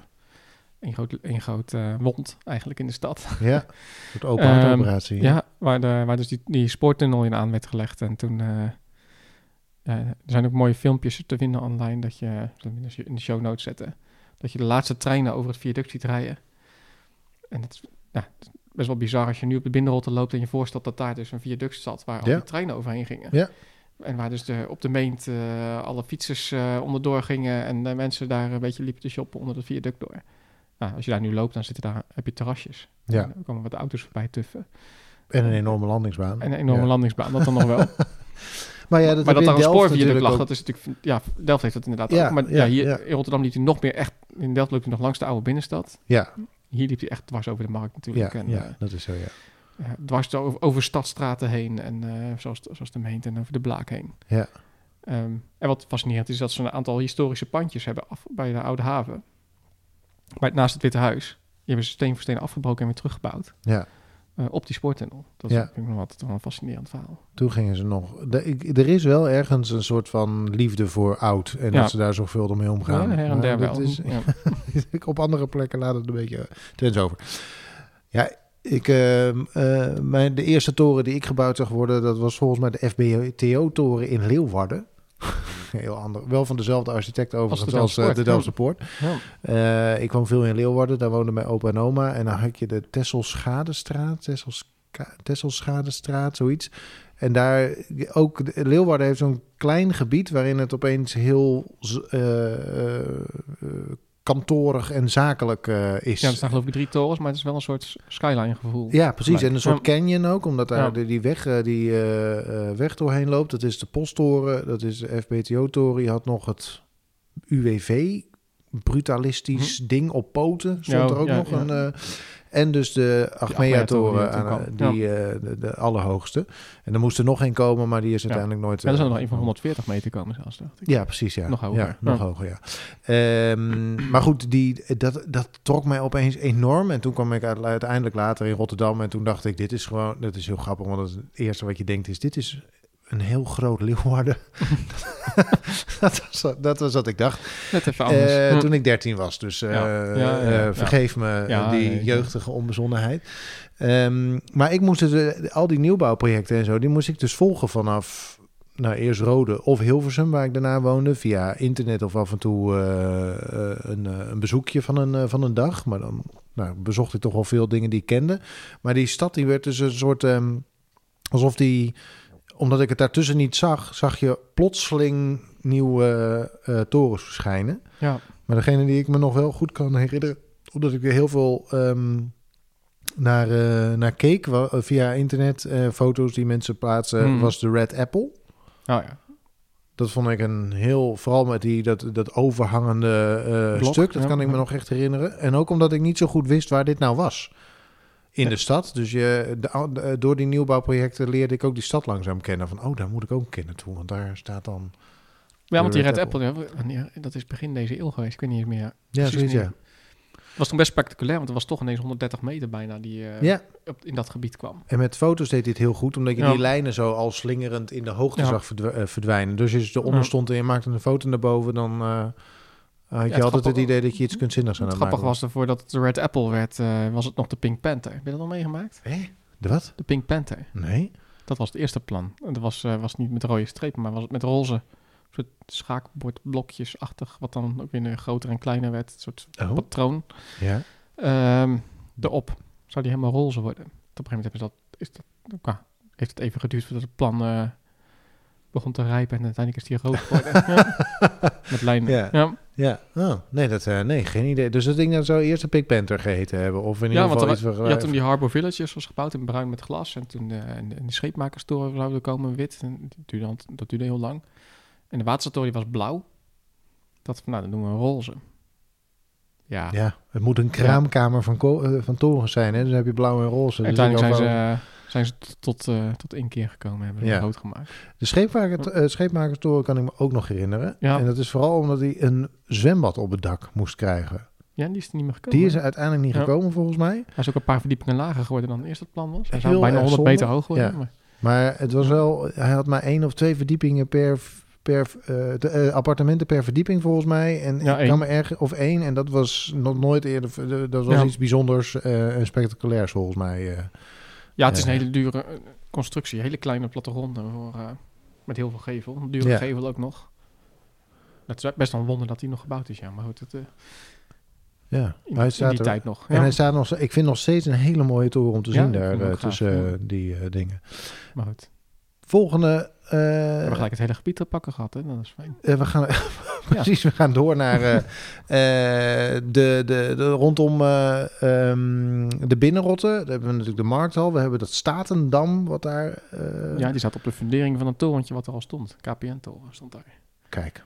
Speaker 2: Een groot, een groot eh, wond eigenlijk in de stad.
Speaker 1: ja. Een soort open
Speaker 2: Ehm,
Speaker 1: hartoperatie.
Speaker 2: Ja, waar, de, waar dus die, die spoortunnel in aan werd gelegd. En toen... eh, eh, er zijn ook mooie filmpjes te vinden online dat je... zal ik in de show notes zetten. Dat je de laatste treinen over het viaduct ziet rijden. En het is, ja, het is best wel bizar als je nu op de binnenrotte loopt... en je voorstelt dat daar dus een viaduct zat waar al
Speaker 1: Ja.
Speaker 2: die treinen overheen gingen.
Speaker 1: Ja.
Speaker 2: En waar dus de, op de meent eh, alle fietsers eh, onderdoor gingen... en de mensen daar een beetje liepen te shoppen onder het viaduct door. Nou, als je daar nu loopt, dan zitten daar, heb je terrasjes.
Speaker 1: Ja.
Speaker 2: En er komen wat auto's voorbij tuffen.
Speaker 1: En een enorme landingsbaan.
Speaker 2: En een enorme
Speaker 1: <laughs> Ja.
Speaker 2: landingsbaan, dat dan nog wel.
Speaker 1: Maar ja, dat
Speaker 2: maar dat daar
Speaker 1: daar
Speaker 2: een spoorviaduct lag, dat is natuurlijk... Ja, Delft heeft dat inderdaad
Speaker 1: Ja,
Speaker 2: ook. Maar ja,
Speaker 1: ja,
Speaker 2: hier
Speaker 1: ja.
Speaker 2: in Rotterdam liep hij nog meer echt... In Delft liep hij nog langs de oude binnenstad.
Speaker 1: Ja,
Speaker 2: Hier liep hij echt dwars over de markt
Speaker 1: ja,
Speaker 2: natuurlijk. en,
Speaker 1: ja,
Speaker 2: eh,
Speaker 1: dat is zo, ja.
Speaker 2: eh, dwars door- over, over stadstraten heen. En eh, zoals, zoals de meent en over de blaak heen.
Speaker 1: Ja.
Speaker 2: Ehm, en wat fascinerend is dat ze een aantal historische pandjes hebben af, bij de Oude Haven. Bij, naast het Witte Huis. Die hebben ze steen voor steen afgebroken en weer teruggebouwd.
Speaker 1: Ja,
Speaker 2: eh, op die spoortunnel. Dat
Speaker 1: Ja.
Speaker 2: vind ik nog altijd wel een fascinerend verhaal.
Speaker 1: toen gingen ze nog... De- ik- er is wel ergens een soort van liefde voor oud. En
Speaker 2: Ja.
Speaker 1: dat ze daar zorgvuldig mee omgaan.
Speaker 2: Ja, her en
Speaker 1: Maar
Speaker 2: der
Speaker 1: dat
Speaker 2: wel.
Speaker 1: is- <laughs>
Speaker 2: Ja.
Speaker 1: ik op andere plekken laat het een beetje tens over. Ja, ik, ehm, eh, mijn, de eerste toren die ik gebouwd zag worden, dat was volgens mij de FBTO-toren in Leeuwarden. <laughs> Heel ander. Wel van dezelfde architect overigens als, eh, de
Speaker 2: Delftse Poort.
Speaker 1: Delftse Poort.
Speaker 2: Ja.
Speaker 1: Eh, ik kwam veel in Leeuwarden, daar woonden mijn opa en oma. En dan had je de Tesselschadestraat, Tesselska- Tesselschadestraat, zoiets. En daar ook Leeuwarden heeft zo'n klein gebied waarin het opeens heel z- eh, eh, kantorig en zakelijk eh, is.
Speaker 2: Ja, er staan geloof ik drie torens, maar het is wel een soort skyline gevoel.
Speaker 1: Ja, precies.
Speaker 2: Gelijk.
Speaker 1: En een soort canyon ook, omdat daar
Speaker 2: Ja.
Speaker 1: de- die, weg, eh, die eh, eh, weg doorheen loopt. Dat is de posttoren, dat is de FBTO-toren. Je had nog het UWV, brutalistisch ding op poten, stond
Speaker 2: Mhm. Ja,
Speaker 1: er ook
Speaker 2: ja,
Speaker 1: nog.
Speaker 2: ja.
Speaker 1: Een, eh, en dus de Achmea-toren,
Speaker 2: Achmea-toren die
Speaker 1: aan, eh,
Speaker 2: toen kwam.
Speaker 1: die, eh, de, de allerhoogste. En er moest er nog één komen, maar die is uiteindelijk nooit...
Speaker 2: Ja, er
Speaker 1: eh,
Speaker 2: zou er nog een van 140 meter komen zelfs, dacht ik.
Speaker 1: ja, precies. Ja.
Speaker 2: Nog hoger. Oh.
Speaker 1: Ja, nog
Speaker 2: Ja.
Speaker 1: hoger, ja. Ehm, maar goed, die, dat, dat trok mij opeens enorm. En toen kwam ik uit- uiteindelijk later in Rotterdam. En toen dacht ik, dit is gewoon... Dat is heel grappig, want het eerste wat je denkt is... Dit is een heel groot <laughs> Leeuwarden. dat, was, wat- dat was wat ik dacht.
Speaker 2: Net even anders.
Speaker 1: Eh,
Speaker 2: Hm.
Speaker 1: toen ik 13 was. Dus eh,
Speaker 2: Ja, ja, ja,
Speaker 1: eh,
Speaker 2: ja.
Speaker 1: vergeef me eh,
Speaker 2: Ja,
Speaker 1: die
Speaker 2: nee,
Speaker 1: jeugdige onbezonnenheid. Ehm, maar ik moest dus, eh, al die nieuwbouwprojecten en zo, die moest ik dus volgen vanaf. Nou, eerst Rode of Hilversum, waar ik daarna woonde. Via internet of af en toe eh, eh, een, eh, een bezoekje van een, eh, van een dag. Maar dan nou, bezocht ik toch wel veel dingen die ik kende. Maar die stad die werd dus een soort... ehm, alsof die... Omdat ik het daartussen niet zag... zag je plotseling nieuwe eh, torens verschijnen.
Speaker 2: ja.
Speaker 1: Maar degene die ik me nog wel goed kan herinneren, omdat ik weer heel veel ehm, naar, eh, naar keek wa- via internet, eh, foto's die mensen plaatsen,
Speaker 2: Hmm.
Speaker 1: was de Red Apple.
Speaker 2: Nou ja.
Speaker 1: Dat vond ik een heel, vooral met die, dat, dat overhangende eh,
Speaker 2: Blok,
Speaker 1: stuk, dat
Speaker 2: ja.
Speaker 1: kan ik me nog echt herinneren. En ook omdat ik niet zo goed wist waar dit nou was in de stad. Dus je, de- de- door die nieuwbouwprojecten leerde ik ook die stad langzaam kennen. Van, oh, daar moet ik ook een keer naartoe, want daar staat dan...
Speaker 2: ja, want die
Speaker 1: Red
Speaker 2: Red Apple, ja, wanneer- dat is begin deze eeuw geweest. Ik weet niet eens meer.
Speaker 1: Ja,
Speaker 2: Precies
Speaker 1: zoiets,
Speaker 2: niet.
Speaker 1: ja.
Speaker 2: was toen best spectaculair, want er was toch ineens 130 meter bijna die eh,
Speaker 1: Ja,
Speaker 2: op, in dat gebied kwam.
Speaker 1: En met foto's deed hij het heel goed, omdat je
Speaker 2: Ja.
Speaker 1: die lijnen zo al slingerend in de hoogte
Speaker 2: Ja.
Speaker 1: zag verdw- eh, verdwijnen. Dus als je eronder
Speaker 2: Ja.
Speaker 1: stond en je maakte een foto naar boven, dan eh, had je
Speaker 2: het
Speaker 1: altijd het
Speaker 2: grappige-
Speaker 1: idee dat je iets kunstzinnigs aan
Speaker 2: Het
Speaker 1: het
Speaker 2: grappig
Speaker 1: maken
Speaker 2: was ervoor dat het de Red Apple werd, eh, was het nog de Pink Panther. Heb je dat nog meegemaakt?
Speaker 1: was. Hé? De wat?
Speaker 2: De Pink Panther.
Speaker 1: Nee?
Speaker 2: Dat was het eerste plan. En dat was, eh, was niet met rode strepen, maar was het met roze. Een soort schaakbordblokjesachtig, wat dan ook weer eh, groter en kleiner werd. Een soort
Speaker 1: Oh,
Speaker 2: patroon.
Speaker 1: ja.
Speaker 2: Ehm erop zou die helemaal roze worden. Op een gegeven moment hebben ze dat, is dat, qua- heeft het even geduurd voordat het plan eh, begon te rijpen. En uiteindelijk is die rood geworden.
Speaker 1: <laughs>
Speaker 2: Ja. Met lijnen.
Speaker 1: Ja. <laughs>
Speaker 2: ja.
Speaker 1: Ja, oh, nee, dat, eh, nee, geen idee. Dus dat ding dat zou eerst de Pink Panther geheten hebben. Of in
Speaker 2: Ja,
Speaker 1: ieder
Speaker 2: want
Speaker 1: geval
Speaker 2: er
Speaker 1: iets
Speaker 2: wa- je had toen
Speaker 1: vergelijks-
Speaker 2: die Harbor Villages was gebouwd in bruin met glas. En toen eh, en de, en de scheepmakerstoren zouden komen wit. En die duurde al- dat duurde heel lang. En de waterstoren was blauw. Dat, nou, dat noemen we roze. Ja,
Speaker 1: Ja, het moet een kraamkamer van, ko- eh, van torens zijn, hè? Dus dan heb je blauw en roze. Dus
Speaker 2: uiteindelijk zijn
Speaker 1: ik
Speaker 2: ze,
Speaker 1: had wel-
Speaker 2: eh, zijn ze tot, tot, eh, tot één keer gekomen. Hebben ze
Speaker 1: Ja.
Speaker 2: rood gemaakt.
Speaker 1: De scheepmaker, eh, scheepmakerstoren kan ik me ook nog herinneren.
Speaker 2: Ja.
Speaker 1: En dat is vooral omdat hij een zwembad op het dak moest krijgen.
Speaker 2: Ja, die is er niet meer gekomen.
Speaker 1: Die is er uiteindelijk niet
Speaker 2: Ja.
Speaker 1: gekomen, volgens mij.
Speaker 2: Hij is ook een paar verdiepingen lager geworden dan eerst het plan was. Hij
Speaker 1: Heel
Speaker 2: zou bijna
Speaker 1: erg
Speaker 2: 100
Speaker 1: zonde.
Speaker 2: meter hoog worden.
Speaker 1: Ja.
Speaker 2: maar-
Speaker 1: Maar het was wel, hij had maar één of twee verdiepingen per, per eh, de, eh, appartementen per verdieping volgens mij. En
Speaker 2: Ja,
Speaker 1: ik
Speaker 2: één.
Speaker 1: kan me erg, of één, en dat was nog nooit eerder, dat was
Speaker 2: Ja.
Speaker 1: iets bijzonders eh, en spectaculairs volgens mij. eh.
Speaker 2: Ja, het is
Speaker 1: Ja.
Speaker 2: een hele dure eh, constructie. Hele kleine plattegronden voor, eh, met heel veel gevel. Een dure
Speaker 1: Ja.
Speaker 2: gevel ook nog. Het is best wel een wonder dat die nog gebouwd is, ja. Maar goed, het, eh,
Speaker 1: ja,
Speaker 2: in,
Speaker 1: hij
Speaker 2: in
Speaker 1: staat
Speaker 2: die
Speaker 1: er.
Speaker 2: tijd nog.
Speaker 1: En
Speaker 2: Ja.
Speaker 1: hij staat nog, ik vind nog steeds een hele mooie toren om te
Speaker 2: Ja,
Speaker 1: zien
Speaker 2: ik
Speaker 1: daar
Speaker 2: vind hem
Speaker 1: eh,
Speaker 2: ook gaaf,
Speaker 1: tussen
Speaker 2: ja.
Speaker 1: eh, die eh, dingen.
Speaker 2: Maar goed,
Speaker 1: eh,
Speaker 2: we
Speaker 1: Volgende. eh,
Speaker 2: hebben gelijk het hele gebied te pakken gehad, hè. Dat is fijn.
Speaker 1: eh, we gaan <laughs> precies, we gaan door naar eh, eh, de, de, de rondom eh, ehm, de binnenrotten. Daar hebben we natuurlijk de markthal. We hebben dat Statendam, wat daar. eh,
Speaker 2: Ja, die zat op de fundering van een torentje wat er al stond. KPN-toren stond daar.
Speaker 1: Kijk.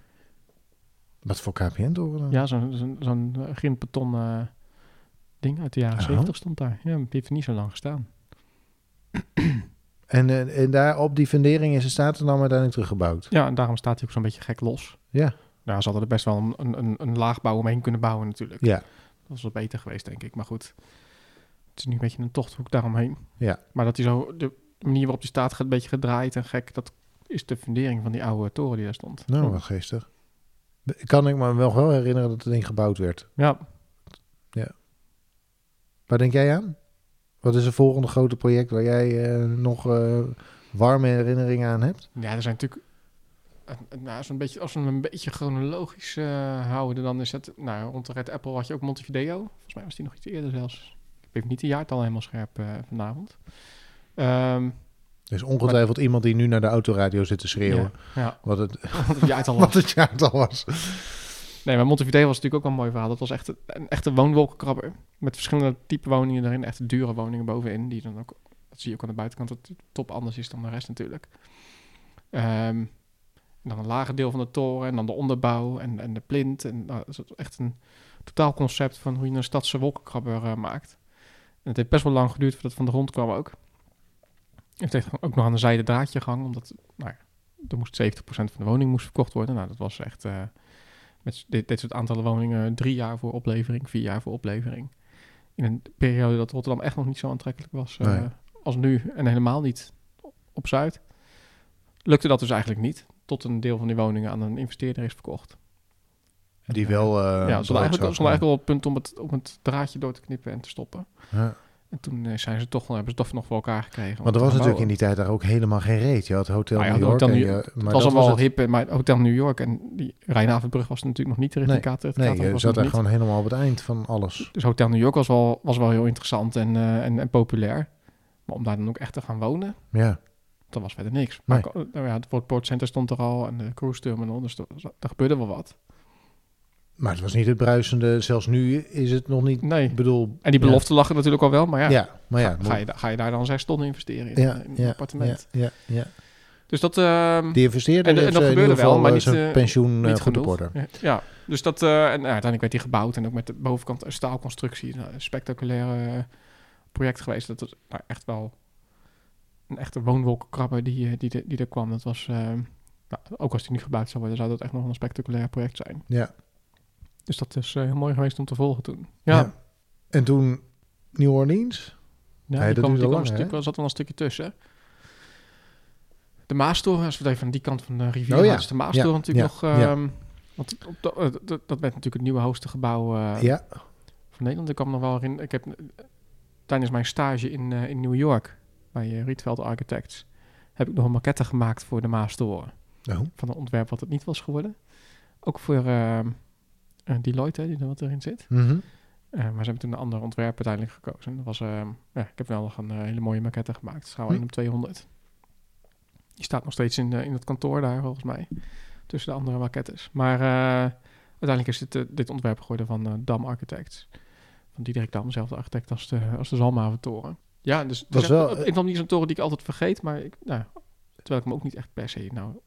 Speaker 1: Wat voor KPN-toren dan?
Speaker 2: Ja, zo'n zo'n zo'n eh, grindbeton eh, ding uit de jaren
Speaker 1: Oh.
Speaker 2: 70 stond daar. Ja, die heeft er niet zo lang gestaan.
Speaker 1: En, eh, en daar op die fundering is de Statendam uiteindelijk teruggebouwd.
Speaker 2: Ja, en daarom staat hij ook zo'n beetje gek los.
Speaker 1: Ja.
Speaker 2: Nou, ze hadden er best wel een, een, een, een laagbouw omheen kunnen bouwen natuurlijk.
Speaker 1: Ja.
Speaker 2: Dat was wel beter geweest, denk ik. Maar goed, het is nu een beetje een tochthoek daaromheen.
Speaker 1: Ja.
Speaker 2: Maar dat hij zo, de manier waarop die staat gaat, een beetje gedraaid en gek, dat is de fundering van die oude toren die daar stond.
Speaker 1: Nou, wat geestig. Kan ik me wel wel herinneren dat het ding gebouwd werd.
Speaker 2: Ja,
Speaker 1: Waar denk jij aan? Wat is het volgende grote project waar jij eh, nog eh, warme herinneringen aan hebt?
Speaker 2: ja, er zijn natuurlijk... eh, eh, Nou, als, we een beetje, als we hem een beetje chronologisch eh, houden, dan is het... Nou, rond de Red Apple had je ook Montevideo. Volgens mij was die nog iets eerder zelfs. Ik weet niet de jaartal helemaal scherp eh, vanavond. Ehm,
Speaker 1: Er is ongetwijfeld iemand die nu naar de autoradio zit te
Speaker 2: <laughs>
Speaker 1: schreeuwen.
Speaker 2: Ja, ja.
Speaker 1: Wat, het,
Speaker 2: Want jij het al
Speaker 1: wat het jaartal was.
Speaker 2: Nee, maar Montevideo was natuurlijk ook wel een mooi verhaal. Dat was echt een, een echte woonwolkenkrabber. Met verschillende type woningen erin. Echt dure woningen bovenin. Die dan ook, dat zie je ook aan de buitenkant, dat het top anders is dan de rest natuurlijk. Ehm, en dan een lager deel van de toren. En dan de onderbouw en, en de plint. En nou, dat is echt een totaal concept van hoe je een stadse wolkenkrabber eh, maakt. En het heeft best wel lang geduurd voordat het van de grond kwam ook. Het heeft ook nog aan de zijde draadje gehangen. Omdat nou ja, er moest 70% van de woning moest verkocht worden. Nou, dat was echt... eh, met dit, dit soort aantallen woningen drie jaar voor oplevering, vier jaar voor oplevering. In een periode dat Rotterdam echt nog niet zo aantrekkelijk was eh,
Speaker 1: Nee.
Speaker 2: als nu en helemaal niet op Zuid. Lukte dat dus eigenlijk niet, tot een deel van die woningen aan een investeerder is verkocht.
Speaker 1: Die wel. eh
Speaker 2: ja, dat
Speaker 1: brood
Speaker 2: stond eigenlijk,
Speaker 1: zou
Speaker 2: dat stond eigenlijk wel op het punt om het, om het draadje door te knippen en te stoppen.
Speaker 1: gaan. Ja.
Speaker 2: En toen eh, zijn ze toch, hebben ze toch nog voor elkaar gekregen. om
Speaker 1: Want
Speaker 2: te
Speaker 1: er was
Speaker 2: gaan
Speaker 1: natuurlijk in die tijd
Speaker 2: bouwen.
Speaker 1: daar ook helemaal geen reet. Je had Hotel
Speaker 2: Nou ja,
Speaker 1: New York.
Speaker 2: Hotel
Speaker 1: en
Speaker 2: New-
Speaker 1: je- maar
Speaker 2: Het was
Speaker 1: dat
Speaker 2: allemaal
Speaker 1: het-
Speaker 2: hip, eh, maar Hotel New York en die Rijnhavenbrug was natuurlijk nog niet de richting Kater.
Speaker 1: Nee, je zat daar gewoon helemaal op het eind van alles.
Speaker 2: Dus Hotel New York was wel, was wel heel interessant en, eh, en, en populair. Maar om daar dan ook echt te gaan wonen,
Speaker 1: Ja.
Speaker 2: dat was verder niks.
Speaker 1: Nee.
Speaker 2: Maar, eh, nou ja, het World Port Center stond er al en de cruise terminal, dus er- daar gebeurde wel wat.
Speaker 1: Maar het was niet het bruisende. Zelfs nu is het nog niet.
Speaker 2: Nee.
Speaker 1: Ik bedoel.
Speaker 2: En die belofte lag er natuurlijk al wel, maar ja,
Speaker 1: Ja, maar ja.
Speaker 2: ga, ga je, da- ga je daar dan zes ton investeren in,
Speaker 1: ja,
Speaker 2: in een
Speaker 1: ja,
Speaker 2: appartement?
Speaker 1: Ja, ja, ja.
Speaker 2: Dus dat... ehm,
Speaker 1: Die investeerder
Speaker 2: En- en
Speaker 1: heeft
Speaker 2: dat
Speaker 1: eh, in
Speaker 2: gebeurde
Speaker 1: ieder
Speaker 2: wel,
Speaker 1: geval
Speaker 2: maar
Speaker 1: eh,
Speaker 2: niet,
Speaker 1: zijn
Speaker 2: eh,
Speaker 1: pensioen eh, goed op
Speaker 2: genoeg.
Speaker 1: orde.
Speaker 2: Ja, ja. dus dat... eh, en nou, uiteindelijk werd die gebouwd en ook met de bovenkant een staalconstructie. Nou, een spectaculair eh, project geweest. Dat was nou, echt wel een echte woonwolkenkrabber die, eh, die, de- die er kwam. Dat was... eh, nou, ook als die niet gebouwd zou worden, zou dat echt nog wel een spectaculair project zijn.
Speaker 1: Ja.
Speaker 2: Dus dat is eh, heel mooi geweest om te volgen toen. Ja,
Speaker 1: Ja. En toen New Orleans.
Speaker 2: ja,
Speaker 1: Nee, dat
Speaker 2: die kwam,
Speaker 1: duurde
Speaker 2: die kwam
Speaker 1: lang,
Speaker 2: een
Speaker 1: hè?
Speaker 2: stuk, wel- zat wel een stukje tussen. De Maastoren, als we het even aan die kant van de rivier
Speaker 1: Oh ja,
Speaker 2: hadden, is de Maastoren
Speaker 1: ja,
Speaker 2: natuurlijk
Speaker 1: ja,
Speaker 2: nog...
Speaker 1: ja.
Speaker 2: ehm, want op de- eh, dat- dat werd natuurlijk het nieuwe hoogste gebouw eh,
Speaker 1: Ja.
Speaker 2: van Nederland. Ik kwam nog wel in. Ik heb eh, tijdens mijn stage in, eh, in New York bij eh, Rietveld Architects heb ik nog een maquette gemaakt voor de Maastoren
Speaker 1: Oh,
Speaker 2: van een ontwerp wat het niet was geworden. Ook voor eh, eh, Deloitte, hè, die er wat erin zit.
Speaker 1: mhm.
Speaker 2: Eh, maar ze hebben toen een ander ontwerp uiteindelijk gekozen. Dat was, ehm, ja, ik heb wel nog een eh, hele mooie maquette gemaakt. Het is Schouw
Speaker 1: Hm.
Speaker 2: 1 op 200. Die staat nog steeds in, eh, in het kantoor daar, volgens mij. Tussen de andere maquettes. Maar eh, uiteindelijk is dit, eh, dit ontwerp geworden van eh, Dam Architects. Van Diederik Dam, dezelfde architect als de, als de Zalmhaven-toren. Ja, dus het
Speaker 1: Was
Speaker 2: is
Speaker 1: wel,
Speaker 2: echt op een of
Speaker 1: eh,
Speaker 2: andere manier zo'n toren die ik altijd vergeet. Maar ik, nou, terwijl ik hem ook niet echt per se nou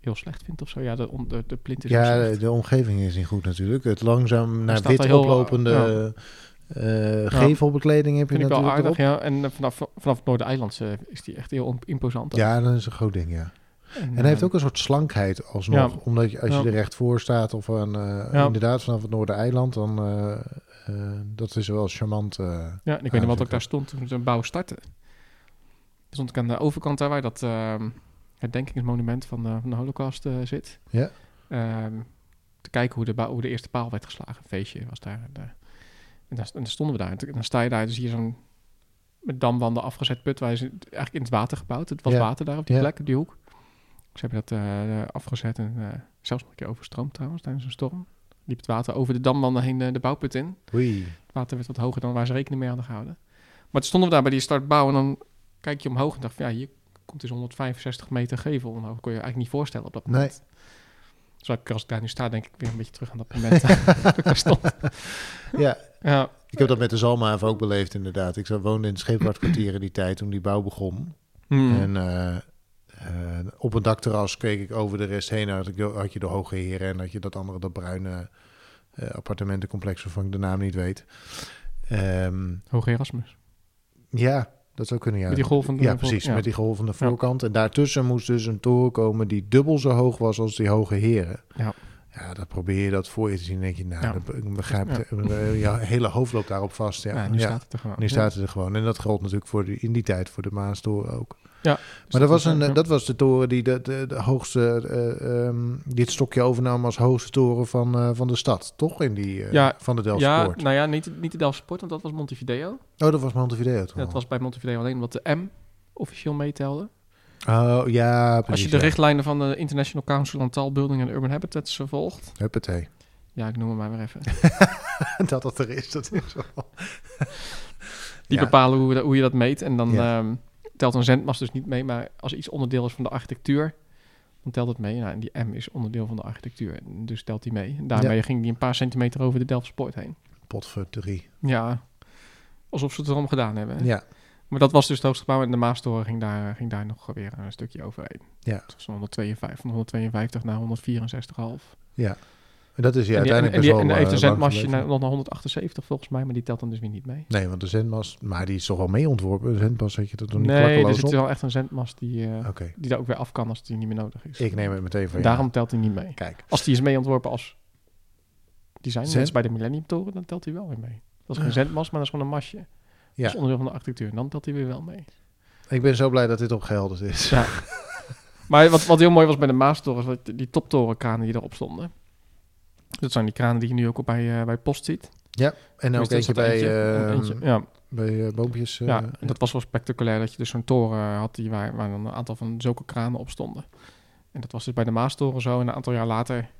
Speaker 2: heel slecht vind of zo. Ja, de, on- de, de plint is heel
Speaker 1: Ja,
Speaker 2: slecht.
Speaker 1: de, de omgeving is niet goed natuurlijk. Het langzaam naar
Speaker 2: staat
Speaker 1: wit
Speaker 2: al heel,
Speaker 1: oplopende
Speaker 2: ja.
Speaker 1: eh, gevelbekleding heb je
Speaker 2: Vind ik wel
Speaker 1: natuurlijk
Speaker 2: aardig,
Speaker 1: op.
Speaker 2: ja. En eh, vanaf, vanaf het Noordereiland eh, is die echt heel imp- imposant.
Speaker 1: Ja, dat is een groot ding, ja.
Speaker 2: en,
Speaker 1: En hij heeft ook een soort slankheid alsnog.
Speaker 2: Ja.
Speaker 1: Omdat je, als
Speaker 2: Ja.
Speaker 1: je er recht voor staat of aan, eh,
Speaker 2: Ja.
Speaker 1: inderdaad vanaf het Noordereiland, dan eh, eh, dat is wel charmant. eh.
Speaker 2: Ja, en ik weet niet wat ook daar stond toen de bouw startte. Toen stond ik aan de overkant daar waar dat ehm herdenkingsmonument van de, van de Holocaust eh, zit.
Speaker 1: Ja.
Speaker 2: Ehm, te kijken hoe de, bouw- hoe de eerste paal werd geslagen. Een feestje was daar. En, eh, en daar, en daar stonden we daar. En toen- dan sta je daar, dus hier zo'n met damwanden afgezet put. Waar ze eigenlijk in het water gebouwd. Het was
Speaker 1: Ja.
Speaker 2: water daar op die
Speaker 1: Ja.
Speaker 2: plek, op die hoek. Ze hebben dat eh, eh, afgezet en eh, zelfs nog een keer overstroomd trouwens tijdens een storm. Liep het water over de damwanden heen eh, de bouwput in.
Speaker 1: Oei.
Speaker 2: Het water werd wat hoger dan waar ze rekening mee hadden gehouden. Maar toen stonden we daar bij die startbouw en dan kijk je omhoog en dacht van, ja, hier komt dus 165 meter gevel. Nou, dat kon je eigenlijk niet voorstellen op dat moment. Dus als ik- als ik daar nu sta, denk ik weer een beetje terug aan dat moment. <laughs> dat ik daar stond.
Speaker 1: <laughs> Ja,
Speaker 2: Ja,
Speaker 1: ik heb dat met de Zalmaven ook beleefd inderdaad. Ik zat- woonde in het scheepvaartkwartier in die tijd toen die bouw begon.
Speaker 2: Hmm.
Speaker 1: En eh, eh, op een dakterras keek ik over de rest heen. Had, ik, had je de Hoge Heren en had je dat andere, dat bruine eh, appartementencomplex waarvan ik de naam niet weet. Ehm,
Speaker 2: Hoge Erasmus.
Speaker 1: ja, dat zou kunnen, ja.
Speaker 2: Met die golf van de-
Speaker 1: Ja, precies,
Speaker 2: ja.
Speaker 1: met die golf van de voorkant. En daartussen moest dus een toren komen die dubbel zo hoog was als die Hoge Heren.
Speaker 2: Ja.
Speaker 1: Ja, dat probeer je dat voor je te zien. Dan denk je, nou,
Speaker 2: Ja.
Speaker 1: dat- ik begrijp het. Eh, Je hele hoofd loopt daarop vast.
Speaker 2: Ja,
Speaker 1: Ja,
Speaker 2: nu
Speaker 1: Ja.
Speaker 2: staat het er gewoon.
Speaker 1: Nu staat het er gewoon. En dat gold natuurlijk voor die, in die tijd voor de Maastoren ook.
Speaker 2: Ja,
Speaker 1: maar dat was,
Speaker 2: is,
Speaker 1: een, eh,
Speaker 2: ja.
Speaker 1: dat was de toren die de, de, de hoogste, eh, ehm, die het stokje overnam als hoogste toren van, eh, van de stad. Toch? In die, eh,
Speaker 2: Ja,
Speaker 1: van de
Speaker 2: Ja,
Speaker 1: Delftsport.
Speaker 2: nou ja, niet, niet de Delft Sport, want dat was Montevideo.
Speaker 1: Oh, dat was Montevideo toen
Speaker 2: Dat
Speaker 1: al.
Speaker 2: was bij Montevideo alleen omdat de M officieel meetelde.
Speaker 1: Oh, ja, precies.
Speaker 2: Als je de
Speaker 1: ja.
Speaker 2: richtlijnen van de International Council on Tall Building and Urban Habitats eh, volgt.
Speaker 1: Huppatee. <laughs>
Speaker 2: Ja, ik noem hem maar weer even.
Speaker 1: dat dat er is, dat is wel...
Speaker 2: Die
Speaker 1: Ja.
Speaker 2: bepalen hoe, hoe je dat meet. En dan
Speaker 1: Ja.
Speaker 2: ehm, telt een zendmast dus niet mee, maar als iets onderdeel is van de architectuur, dan telt het mee. Nou, en die M is onderdeel van de architectuur, en dus telt die mee. En daarmee ging die een paar centimeter over de Delft Sport heen.
Speaker 1: Potverdorie.
Speaker 2: Ja, alsof ze het erom gedaan hebben.
Speaker 1: Ja.
Speaker 2: Maar dat was dus het hoogste gebouw en de Maastoren ging daar, eh, ging daar nog weer een stukje overheen.
Speaker 1: Ja.
Speaker 2: Het was van 152, van 152 naar 164,5.
Speaker 1: En dat is ja,
Speaker 2: en die, en,
Speaker 1: uiteindelijk
Speaker 2: en die,
Speaker 1: best
Speaker 2: en
Speaker 1: wel
Speaker 2: heeft een
Speaker 1: eh,
Speaker 2: zendmastje
Speaker 1: lang
Speaker 2: naar,
Speaker 1: geleden.
Speaker 2: nog naar 178 volgens mij, maar die telt dan dus weer niet mee.
Speaker 1: Nee, want de zendmast, maar die is toch wel mee ontworpen. De zendmast had je er toch niet
Speaker 2: Nee, er
Speaker 1: klakkeloos
Speaker 2: zit
Speaker 1: op?
Speaker 2: wel echt een zendmast die, eh,
Speaker 1: Oké,
Speaker 2: die daar ook weer af kan als die niet meer nodig is.
Speaker 1: ik neem het meteen van
Speaker 2: En
Speaker 1: je.
Speaker 2: Daarom telt hij niet mee.
Speaker 1: Kijk,
Speaker 2: Als die is mee ontworpen als design,
Speaker 1: Zend-
Speaker 2: net als bij de Millennium Toren, dan telt hij wel weer mee. Dat is geen
Speaker 1: Ja.
Speaker 2: zendmast, maar dat is gewoon een masje.
Speaker 1: Ah. Ja.
Speaker 2: Dat is onderdeel van de architectuur. En dan telt hij weer wel mee.
Speaker 1: ik ben zo blij dat dit opgehelderd is.
Speaker 2: Ja. Maar wat, wat heel mooi was bij de Maastoren, is dat die toptorenkranen die erop stonden. Dat zijn die kranen die je nu ook op bij, eh, bij Post ziet.
Speaker 1: En Nou, ook
Speaker 2: Dus dat
Speaker 1: eentje
Speaker 2: zat
Speaker 1: bij,
Speaker 2: eentje-
Speaker 1: eh,
Speaker 2: eentje- ja,
Speaker 1: bij eh, boompjes. eh,
Speaker 2: ja, en dat was wel spectaculair dat je dus zo'n toren had die waar, waar dan een aantal van zulke kranen op stonden. En dat was dus bij de Maastoren zo. En een aantal jaar later, nou,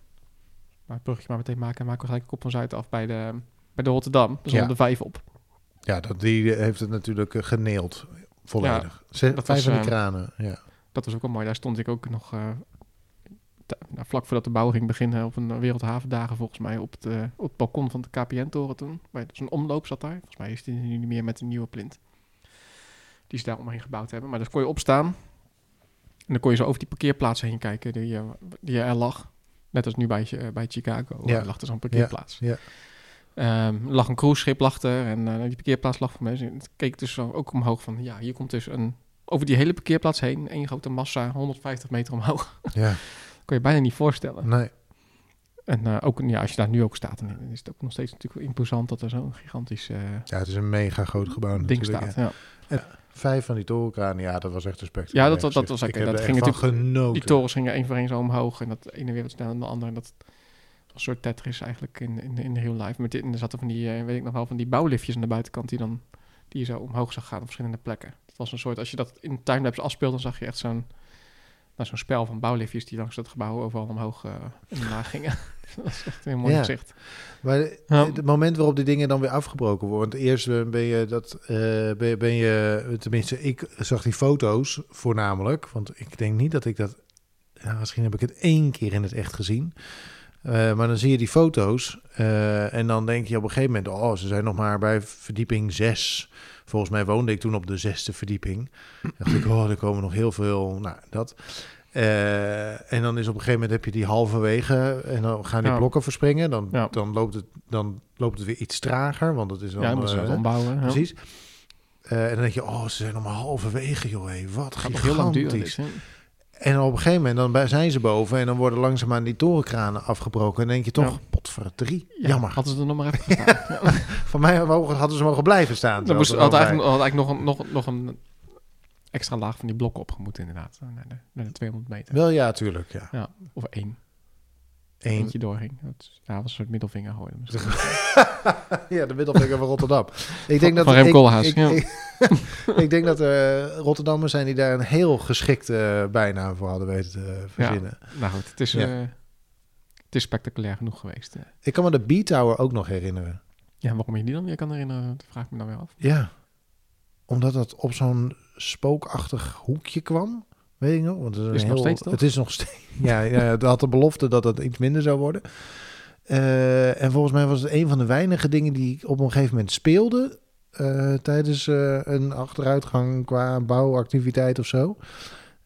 Speaker 2: het bruggetje maar meteen maken, maken we gelijk kop van Zuid af bij de, bij de Rotterdam. Dus
Speaker 1: Ja.
Speaker 2: de vijf op.
Speaker 1: Ja, dat, die heeft het natuurlijk eh, geneeld. Volledig. Ze-
Speaker 2: dat
Speaker 1: Vijf
Speaker 2: was,
Speaker 1: van die
Speaker 2: eh,
Speaker 1: kranen. Ja.
Speaker 2: Dat was ook wel mooi. Daar stond ik ook nog eh, t- nou, vlak voordat de bouw ging beginnen op een eh, wereldhavendagen volgens mij op het, eh, op het balkon van de KPN-toren toen. Bij zo'n omloop zat daar. Volgens mij is die nu niet meer met een nieuwe plint. Die ze daar omheen gebouwd hebben. Maar daar kon je opstaan. En dan kon je zo over die parkeerplaats heen kijken die, eh, die er lag. Net als nu bij, eh, bij Chicago.
Speaker 1: Ja.
Speaker 2: eh, lag er zo'n parkeerplaats.
Speaker 1: ja.
Speaker 2: Ehm, er lag een cruiseschip lag er en eh, die parkeerplaats lag voor mensen. En Het keek dus zo ook omhoog van, ja, hier komt dus een... Over die hele parkeerplaats heen, één grote massa, 150 meter omhoog. <laughs>
Speaker 1: ja,
Speaker 2: Kon je bijna niet voorstellen.
Speaker 1: nee.
Speaker 2: En eh, ook, ja, als je daar nu ook staat, dan is het ook nog steeds natuurlijk wel imposant dat er zo'n gigantisch eh,
Speaker 1: Ja, het is een mega groot gebouw
Speaker 2: ding
Speaker 1: Oh, natuurlijk. ja.
Speaker 2: staat. Ja.
Speaker 1: Vijf van die torenkranen, ja, dat was echt een spectakel.
Speaker 2: Ja, dat- dat- dat was
Speaker 1: Ik
Speaker 2: oké,
Speaker 1: heb
Speaker 2: dat
Speaker 1: er
Speaker 2: ging
Speaker 1: echt van genoten.
Speaker 2: Die torens gingen één voor één zo omhoog en dat ene weer wat sneller dan de andere. En dat was een soort Tetris eigenlijk in, in, in real life. Met dit, en er zaten van die, eh, weet ik nog wel, van die bouwliftjes aan de buitenkant die, dan, die je zo omhoog zag gaan op verschillende plekken. Het was een soort, als je dat in timelapse afspeelt, dan zag je echt zo'n nou, zo'n spel van bouwliftjes die langs dat gebouw overal omhoog eh, en omlaag gingen. <laughs> dat is echt een heel mooi
Speaker 1: Ja.
Speaker 2: gezicht.
Speaker 1: Maar de-
Speaker 2: Ja.
Speaker 1: het moment waarop die dingen dan weer afgebroken worden. Want eerst eh, ben je dat. eh, ben, je- ben je, tenminste, ik zag die foto's voornamelijk. Want ik denk niet dat ik dat. Nou, misschien heb ik het één keer in het echt gezien. Eh, maar dan zie je die foto's. eh, en dan denk je op een gegeven moment. Oh, ze zijn nog maar bij verdieping 6. Volgens mij woonde ik toen op de zesde verdieping. Dan dacht ik, oh, er komen nog heel veel. Nou, dat. Eh, en dan is op een gegeven moment heb je die halverwege en dan gaan die
Speaker 2: Ja.
Speaker 1: blokken verspringen. Dan,
Speaker 2: Ja.
Speaker 1: dan, loopt het, dan loopt het weer iets trager, want dat is dan...
Speaker 2: Ja, dan moeten ze
Speaker 1: eh,
Speaker 2: dat ombouwen. Ja.
Speaker 1: precies. Eh, en dan denk je, oh, ze zijn nog maar halverwege, joh. hé, wat
Speaker 2: Gaat
Speaker 1: gigantisch.
Speaker 2: nog heel lang duren. dit, hè?
Speaker 1: En op een gegeven moment dan bij- zijn ze boven en dan worden langzaamaan die torenkranen afgebroken. En dan denk je toch,
Speaker 2: Ja.
Speaker 1: potverdrie,
Speaker 2: Ja,
Speaker 1: jammer.
Speaker 2: Hadden ze er nog maar even gestaan.
Speaker 1: <laughs>
Speaker 2: Ja.
Speaker 1: Van mij mogen- hadden ze mogen blijven staan.
Speaker 2: Dan
Speaker 1: zelfs
Speaker 2: moest,
Speaker 1: er
Speaker 2: had,
Speaker 1: nog
Speaker 2: eigenlijk, had eigenlijk nog een, nog, nog een extra laag van die blokken opgemoet, inderdaad. Naar de, naar de 200
Speaker 1: bij.
Speaker 2: meter.
Speaker 1: Wel ja, tuurlijk, ja.
Speaker 2: Of één.
Speaker 1: Eén.
Speaker 2: Eentje doorging. Dat is- ja, dat was een soort middelvinger gooien. misschien.
Speaker 1: <laughs> ja, de middelvinger van Rotterdam. Ik denk dat
Speaker 2: van Rem
Speaker 1: ik-
Speaker 2: Koolhaas,
Speaker 1: Ik,
Speaker 2: ja.
Speaker 1: ik, ik <laughs> denk dat er Rotterdammers zijn die daar een heel geschikte eh, bijnaam voor hadden weten te eh, verzinnen.
Speaker 2: Nou goed, het is,
Speaker 1: Ja.
Speaker 2: eh, het is spectaculair genoeg geweest. Ja.
Speaker 1: Ik kan me de B-Tower ook nog herinneren.
Speaker 2: Ja, waarom je die dan weer kan herinneren, dat vraag ik me dan weer af.
Speaker 1: Ja. Omdat dat op zo'n spookachtig hoekje kwam. Weet ik nog? Want het is,
Speaker 2: Is
Speaker 1: een
Speaker 2: het nog
Speaker 1: heel-
Speaker 2: steeds, toch?
Speaker 1: Het is nog steeds. <laughs> Ja, ja, het had de belofte dat het iets minder zou worden. Eh, en volgens mij was het een van de weinige dingen die ik op een gegeven moment speelde. eh, tijdens eh, een achteruitgang qua bouwactiviteit of zo.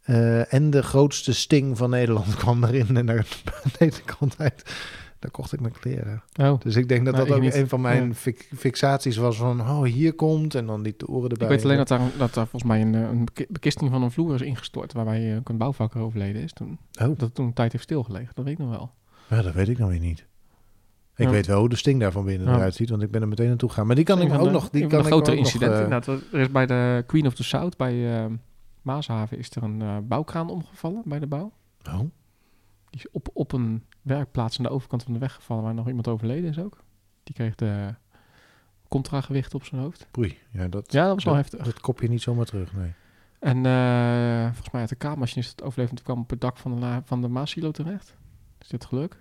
Speaker 1: Eh, en de grootste sting van Nederland <laughs> kwam erin en daar <laughs> deze kant uit. Daar kocht ik mijn kleren.
Speaker 2: Oh.
Speaker 1: Dus ik denk dat
Speaker 2: Nee,
Speaker 1: dat
Speaker 2: ik
Speaker 1: ook
Speaker 2: niet.
Speaker 1: een van mijn fix- fixaties was van, oh, hier komt en dan die toren erbij.
Speaker 2: Ik weet alleen dat daar, dat daar volgens mij een, eh, een beki- bekisting van een vloer is ingestort, waarbij eh, ook een bouwvakker overleden is toen.
Speaker 1: Oh,
Speaker 2: Dat het toen een tijd heeft stilgelegen, dat weet ik nog wel.
Speaker 1: ja, dat weet ik nou weer niet. Ik
Speaker 2: Ja.
Speaker 1: weet wel hoe de sting daar van binnen
Speaker 2: Ja.
Speaker 1: eruit ziet, want ik ben er meteen naartoe gegaan. Maar die kan
Speaker 2: Een
Speaker 1: ik
Speaker 2: van
Speaker 1: ook
Speaker 2: de-
Speaker 1: nog. Die
Speaker 2: een
Speaker 1: kan
Speaker 2: van
Speaker 1: ik
Speaker 2: de grotere
Speaker 1: ook nog, eh,
Speaker 2: incidenten. inderdaad. er is bij de Queen of the South bij eh, Maashaven is er een eh, bouwkraan omgevallen bij de bouw.
Speaker 1: oh,
Speaker 2: Die is op, op een werkplaats aan de overkant van de weg gevallen waar nog iemand overleden is ook. Die kreeg de contragewicht op zijn hoofd.
Speaker 1: poei. Ja, dat,
Speaker 2: Ja, dat was wel heftig.
Speaker 1: dat kop je niet zomaar terug, nee.
Speaker 2: En eh, volgens mij uit de kamermachinist het overleven, want die kwam op het dak van de, la- van de Maasilo terecht. Is dit geluk?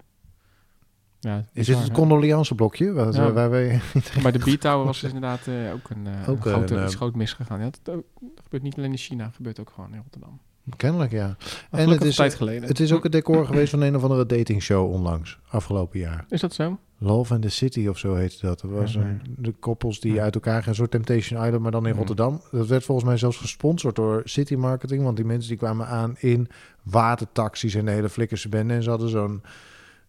Speaker 2: Ja,
Speaker 1: Is
Speaker 2: bizar,
Speaker 1: dit het
Speaker 2: hè?
Speaker 1: condolianceblokje? Waar,
Speaker 2: Ja.
Speaker 1: waar wij... <laughs>
Speaker 2: Maar de B-Tower was dus inderdaad eh, ook een, eh,
Speaker 1: Ook
Speaker 2: een grote,
Speaker 1: een, eh,
Speaker 2: iets groot misgegaan. Ja, dat, dat gebeurt niet alleen in China, dat gebeurt ook gewoon in Rotterdam.
Speaker 1: Kennelijk, ja.
Speaker 2: Maar en
Speaker 1: het
Speaker 2: het
Speaker 1: is-
Speaker 2: is tijd geleden.
Speaker 1: Het is ook het decor geweest van een of andere datingshow onlangs, afgelopen jaar.
Speaker 2: Is dat zo? Nou,
Speaker 1: Love and the City of zo heette dat. Dat was
Speaker 2: Mhm.
Speaker 1: een, de koppels die
Speaker 2: Ja.
Speaker 1: uit elkaar gaan, een soort Temptation Island, maar dan in
Speaker 2: Mhm.
Speaker 1: Rotterdam. Dat werd volgens mij zelfs gesponsord door City Marketing, want die mensen die kwamen aan in watertaxis en de hele flikkerse bende. En ze hadden zo'n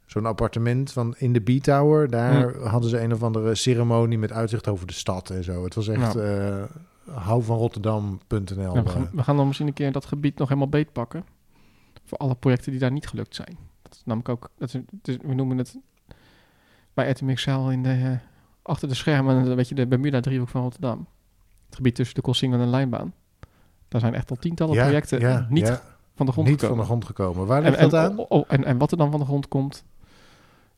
Speaker 1: zo'n appartement van in de B-Tower. Daar hadden ze een of andere ceremonie met uitzicht over de stad en zo. Het was echt eh houvanrotterdam.nl.
Speaker 2: Nou, we, gaan, we gaan dan misschien een keer dat gebied nog helemaal beetpakken. Voor alle projecten die daar niet gelukt zijn. Dat is namelijk ook, dat is, het is- we noemen het bij RTMXL in de, eh, achter de schermen, een beetje de Bermuda-driehoek van Rotterdam. Het gebied tussen de Kossing en de Lijnbaan. Daar zijn echt al tientallen
Speaker 1: Ja,
Speaker 2: projecten eh,
Speaker 1: ja,
Speaker 2: niet
Speaker 1: ja,
Speaker 2: van de grond
Speaker 1: niet van
Speaker 2: gekomen.
Speaker 1: de grond gekomen. Waar
Speaker 2: en,
Speaker 1: ligt
Speaker 2: en,
Speaker 1: dat aan?
Speaker 2: o- o- en, en wat er dan van de grond komt,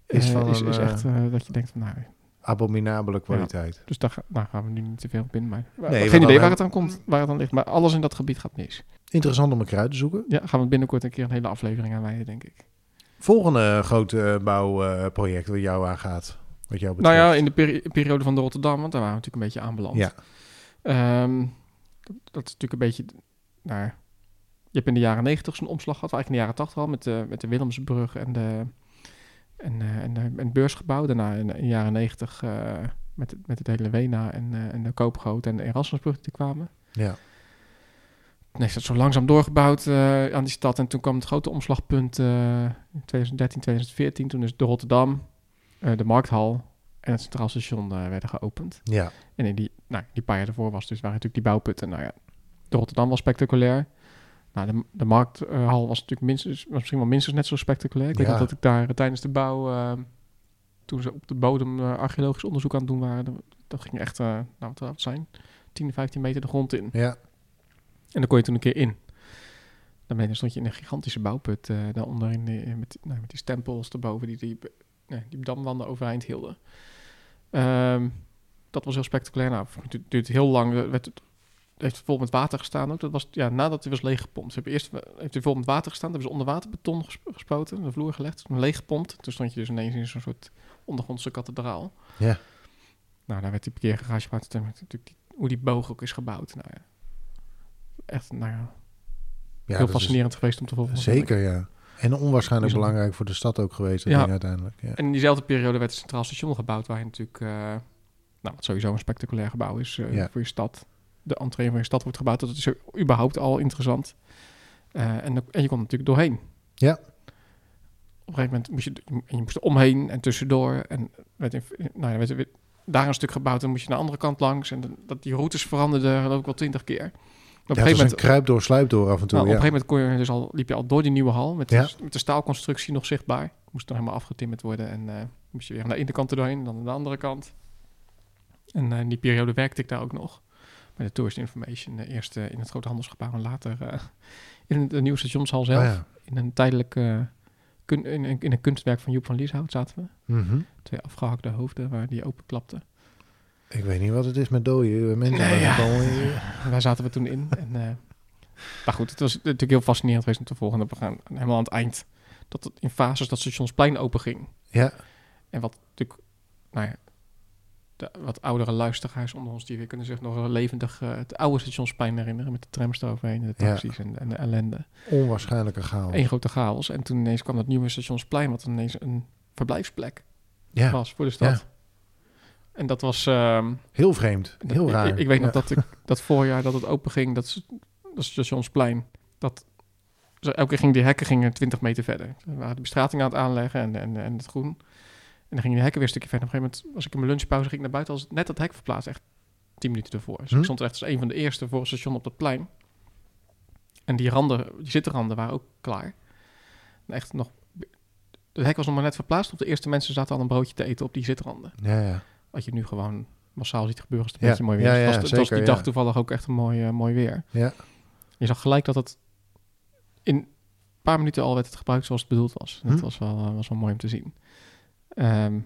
Speaker 1: Is
Speaker 2: is,
Speaker 1: van
Speaker 2: is,
Speaker 1: een,
Speaker 2: is
Speaker 1: eh,
Speaker 2: echt eh, dat je denkt van nou,
Speaker 1: Abominabele kwaliteit.
Speaker 2: dus daar, ga- daar gaan we nu niet te veel op in. Maar maar
Speaker 1: want dan
Speaker 2: geen idee
Speaker 1: hebben-
Speaker 2: waar het aan komt, waar het aan ligt. Maar alles in dat gebied gaat mis.
Speaker 1: Interessant om elkaar uit te zoeken.
Speaker 2: Ja, gaan we binnenkort een keer een hele aflevering aan wijden, denk ik.
Speaker 1: Volgende grote bouwproject wat jou aangaat. Wat jou betreft.
Speaker 2: Nou ja, in de peri- periode van de Rotterdam, want daar waren we natuurlijk een beetje aanbeland.
Speaker 1: Ja.
Speaker 2: Ehm, dat, dat is natuurlijk een beetje... Nou, ja. je hebt in de jaren negentig zo'n omslag gehad, of eigenlijk in de jaren tachtig al, met de, met de Willemsbrug en, de, en, eh, en, de, en het beursgebouw. Daarna in, in de jaren negentig eh, met, het- met het hele Wena en, eh, en de Koopgoot en de Erasmusbrug die kwamen.
Speaker 1: ja.
Speaker 2: Nee, is dat zo langzaam doorgebouwd eh, aan die stad. En toen kwam het grote omslagpunt eh, in 2013, 2014. Toen is de Rotterdam, eh, de Markthal en het Centraal Station eh, werden geopend.
Speaker 1: ja.
Speaker 2: En in die, nou, die paar jaar daarvoor was dus, waren natuurlijk die bouwputten. Nou ja, de Rotterdam was spectaculair. Nou, de, de Markthal was natuurlijk minstens, was misschien wel minstens net zo spectaculair. Ik weet
Speaker 1: Ja.
Speaker 2: nog dat ik daar eh, tijdens de bouw, eh, toen ze op de bodem eh, archeologisch onderzoek aan het doen waren, dat- dat ging echt, eh, nou wat zou het zijn, 10, 15 meter de grond in.
Speaker 1: Ja.
Speaker 2: En dan kon je toen een keer in. Daarmee stond je in een gigantische bouwput eh, daaronder in de, met, nou, met die stempels erboven die die, nee, die damwanden overeind hielden. Ehm, dat was heel spectaculair. Nou, het du- duurt heel lang. Er Werd, het heeft vol met water gestaan ook. Dat was, ja, nadat hij was leeggepompt. Ze hebben eerst heeft hij vol met water gestaan. Toen hebben ze onder water beton gesp- gespoten, de vloer gelegd. Toen leeggepompt. Toen stond je dus ineens in zo'n soort ondergrondse kathedraal.
Speaker 1: Ja.
Speaker 2: Nou, daar werd die parkeergarage waar het- natuurlijk die- hoe die boog ook is gebouwd. Nou, ja. Echt, nou ja,
Speaker 1: Ja,
Speaker 2: heel
Speaker 1: dat is dus
Speaker 2: fascinerend geweest om te volgen.
Speaker 1: Zeker, ja. En onwaarschijnlijk
Speaker 2: Bijzonder.
Speaker 1: belangrijk voor de stad ook geweest, dat
Speaker 2: Ja.
Speaker 1: ding uiteindelijk. Ja.
Speaker 2: En in diezelfde periode werd het Centraal Station gebouwd, waar je natuurlijk, eh, nou, wat sowieso een spectaculair gebouw is eh,
Speaker 1: Ja.
Speaker 2: voor je stad. De entree van je stad wordt gebouwd, dat is überhaupt al interessant. Eh, en, dan- en je kon er natuurlijk doorheen.
Speaker 1: Ja.
Speaker 2: Op een gegeven moment moest je, en je moest er omheen en tussendoor. En werd in, nou ja, werd, werd daar een stuk gebouwd, dan moest je naar de andere kant langs. En dan- dat, die routes veranderden dat ook wel twintig keer. En
Speaker 1: Op ja, het was een kruip door, sluip door af en toe.
Speaker 2: nou,
Speaker 1: ja.
Speaker 2: Op een gegeven moment kon je dus al, liep je al door die nieuwe hal met,
Speaker 1: Ja.
Speaker 2: de, met de staalconstructie nog zichtbaar. Moest dan helemaal afgetimmerd worden en eh, moest je weer aan de ene kant er doorheen, dan aan de andere kant. En eh, in die periode werkte ik daar ook nog bij de Tourist Information. eh, eerst eh, in het grote handelsgebouw en later eh, <laughs> in de nieuwe stationshal zelf.
Speaker 1: Oh, ja.
Speaker 2: In een tijdelijk eh, kun- in, een- in een kunstwerk van Joep van Lieshout zaten we.
Speaker 1: Mhm.
Speaker 2: Twee afgehakte hoofden waar die openklapte.
Speaker 1: Ik weet niet wat het is met dode mensen.
Speaker 2: Nee,
Speaker 1: maar
Speaker 2: ja.
Speaker 1: dan weer-
Speaker 2: En daar zaten we toen in. En, eh, maar goed, het was natuurlijk heel fascinerend geweest om te volgen. En we gaan helemaal aan het eind. Dat het in fases dat stationsplein open ging.
Speaker 1: ja.
Speaker 2: En wat natuurlijk, nou ja, de wat oudere luisteraars onder ons, die weer kunnen zich nog wel levendig eh, het oude stationsplein herinneren. Met de trams eroverheen, en de
Speaker 1: Ja.
Speaker 2: taxis en, en de ellende.
Speaker 1: onwaarschijnlijke chaos.
Speaker 2: Eén grote chaos. En toen ineens kwam dat nieuwe stationsplein, wat ineens een verblijfsplek
Speaker 1: Ja,
Speaker 2: was voor de stad. En dat was. ehm,
Speaker 1: heel vreemd.
Speaker 2: dat-
Speaker 1: Heel
Speaker 2: ik-
Speaker 1: raar.
Speaker 2: Ik, ik weet nog
Speaker 1: Ja.
Speaker 2: dat ik dat voorjaar dat het open ging, dat, s- dat stationsplein, dat zo elke keer ging die hekken gingen 20 meter verder. We waren de bestrating aan het aanleggen en, en, en het groen. En dan gingen die hekken weer een stukje verder. Op een gegeven moment was ik in mijn lunchpauze, ging ik naar buiten, als net dat hek verplaatst, echt 10 minuten ervoor. Dus
Speaker 1: Hm.
Speaker 2: ik stond er echt als een van de eerste voor het station op dat plein. En die randen, die zittenranden waren ook klaar. En echt nog, het hek was nog maar net verplaatst. Op de eerste mensen zaten al een broodje te eten op die zitranden
Speaker 1: Ja, ja.
Speaker 2: wat je nu gewoon massaal ziet gebeuren als het een
Speaker 1: Ja,
Speaker 2: beetje mooi weer
Speaker 1: ja,
Speaker 2: is. Het
Speaker 1: ja,
Speaker 2: was, het was
Speaker 1: zeker,
Speaker 2: die dag
Speaker 1: ja.
Speaker 2: toevallig ook echt een mooi, eh, mooi weer.
Speaker 1: Ja.
Speaker 2: Je zag gelijk dat het in een paar minuten al werd het gebruikt zoals het bedoeld was. Dat
Speaker 1: Hm.
Speaker 2: was wel, eh, was wel mooi om te zien. Ehm,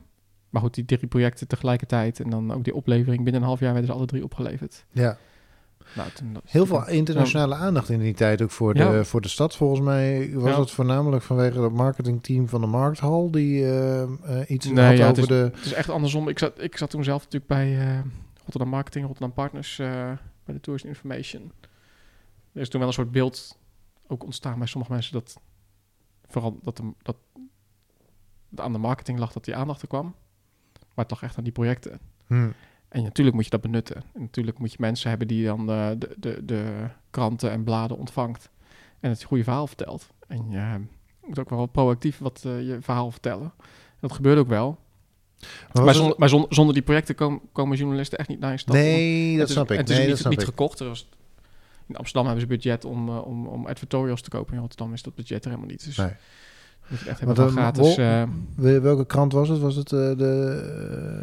Speaker 2: maar goed, die drie projecten tegelijkertijd en dan ook die oplevering. Binnen een half jaar werden ze alle drie opgeleverd.
Speaker 1: ja.
Speaker 2: Nou, toen-
Speaker 1: Heel veel internationale aandacht in die tijd ook voor de,
Speaker 2: Ja.
Speaker 1: voor de stad. Volgens mij was
Speaker 2: Ja.
Speaker 1: dat voornamelijk vanwege het marketingteam van de Markthal. Die eh, eh, iets
Speaker 2: Nee,
Speaker 1: had
Speaker 2: ja, het
Speaker 1: over de...
Speaker 2: Het is echt andersom. Ik zat, ik zat toen zelf natuurlijk bij eh, Rotterdam Marketing, Rotterdam Partners, eh, bij de Tourist Information. Er is toen wel een soort beeld ook ontstaan bij sommige mensen dat vooral dat, de, dat het aan de marketing lag dat die aandacht er kwam, maar toch echt aan die projecten.
Speaker 1: Hm.
Speaker 2: En natuurlijk moet je dat benutten. En natuurlijk moet je mensen hebben die dan de, de, de, de kranten en bladen ontvangt en het goede verhaal vertelt. En je eh, moet ook wel proactief wat eh, je verhaal vertellen. En dat gebeurde ook wel.
Speaker 1: Maar was
Speaker 2: Maar,
Speaker 1: het-
Speaker 2: zonder, maar zonder, zonder die projecten kom- komen journalisten echt niet naar je stad. Want
Speaker 1: nee, dat
Speaker 2: het is-
Speaker 1: snap ik.
Speaker 2: Het is
Speaker 1: Nee,
Speaker 2: niet,
Speaker 1: dat snap
Speaker 2: niet
Speaker 1: ik.
Speaker 2: gekocht. Er was- in Amsterdam hebben ze budget om, eh, om, om advertorials te kopen. In Rotterdam is dat budget er helemaal niet. Dus
Speaker 1: Nee.
Speaker 2: dat moet je echt
Speaker 1: Want,
Speaker 2: helemaal
Speaker 1: eh,
Speaker 2: gratis.
Speaker 1: Wol-
Speaker 2: eh,
Speaker 1: Wel- Welke krant was het? Was het eh, de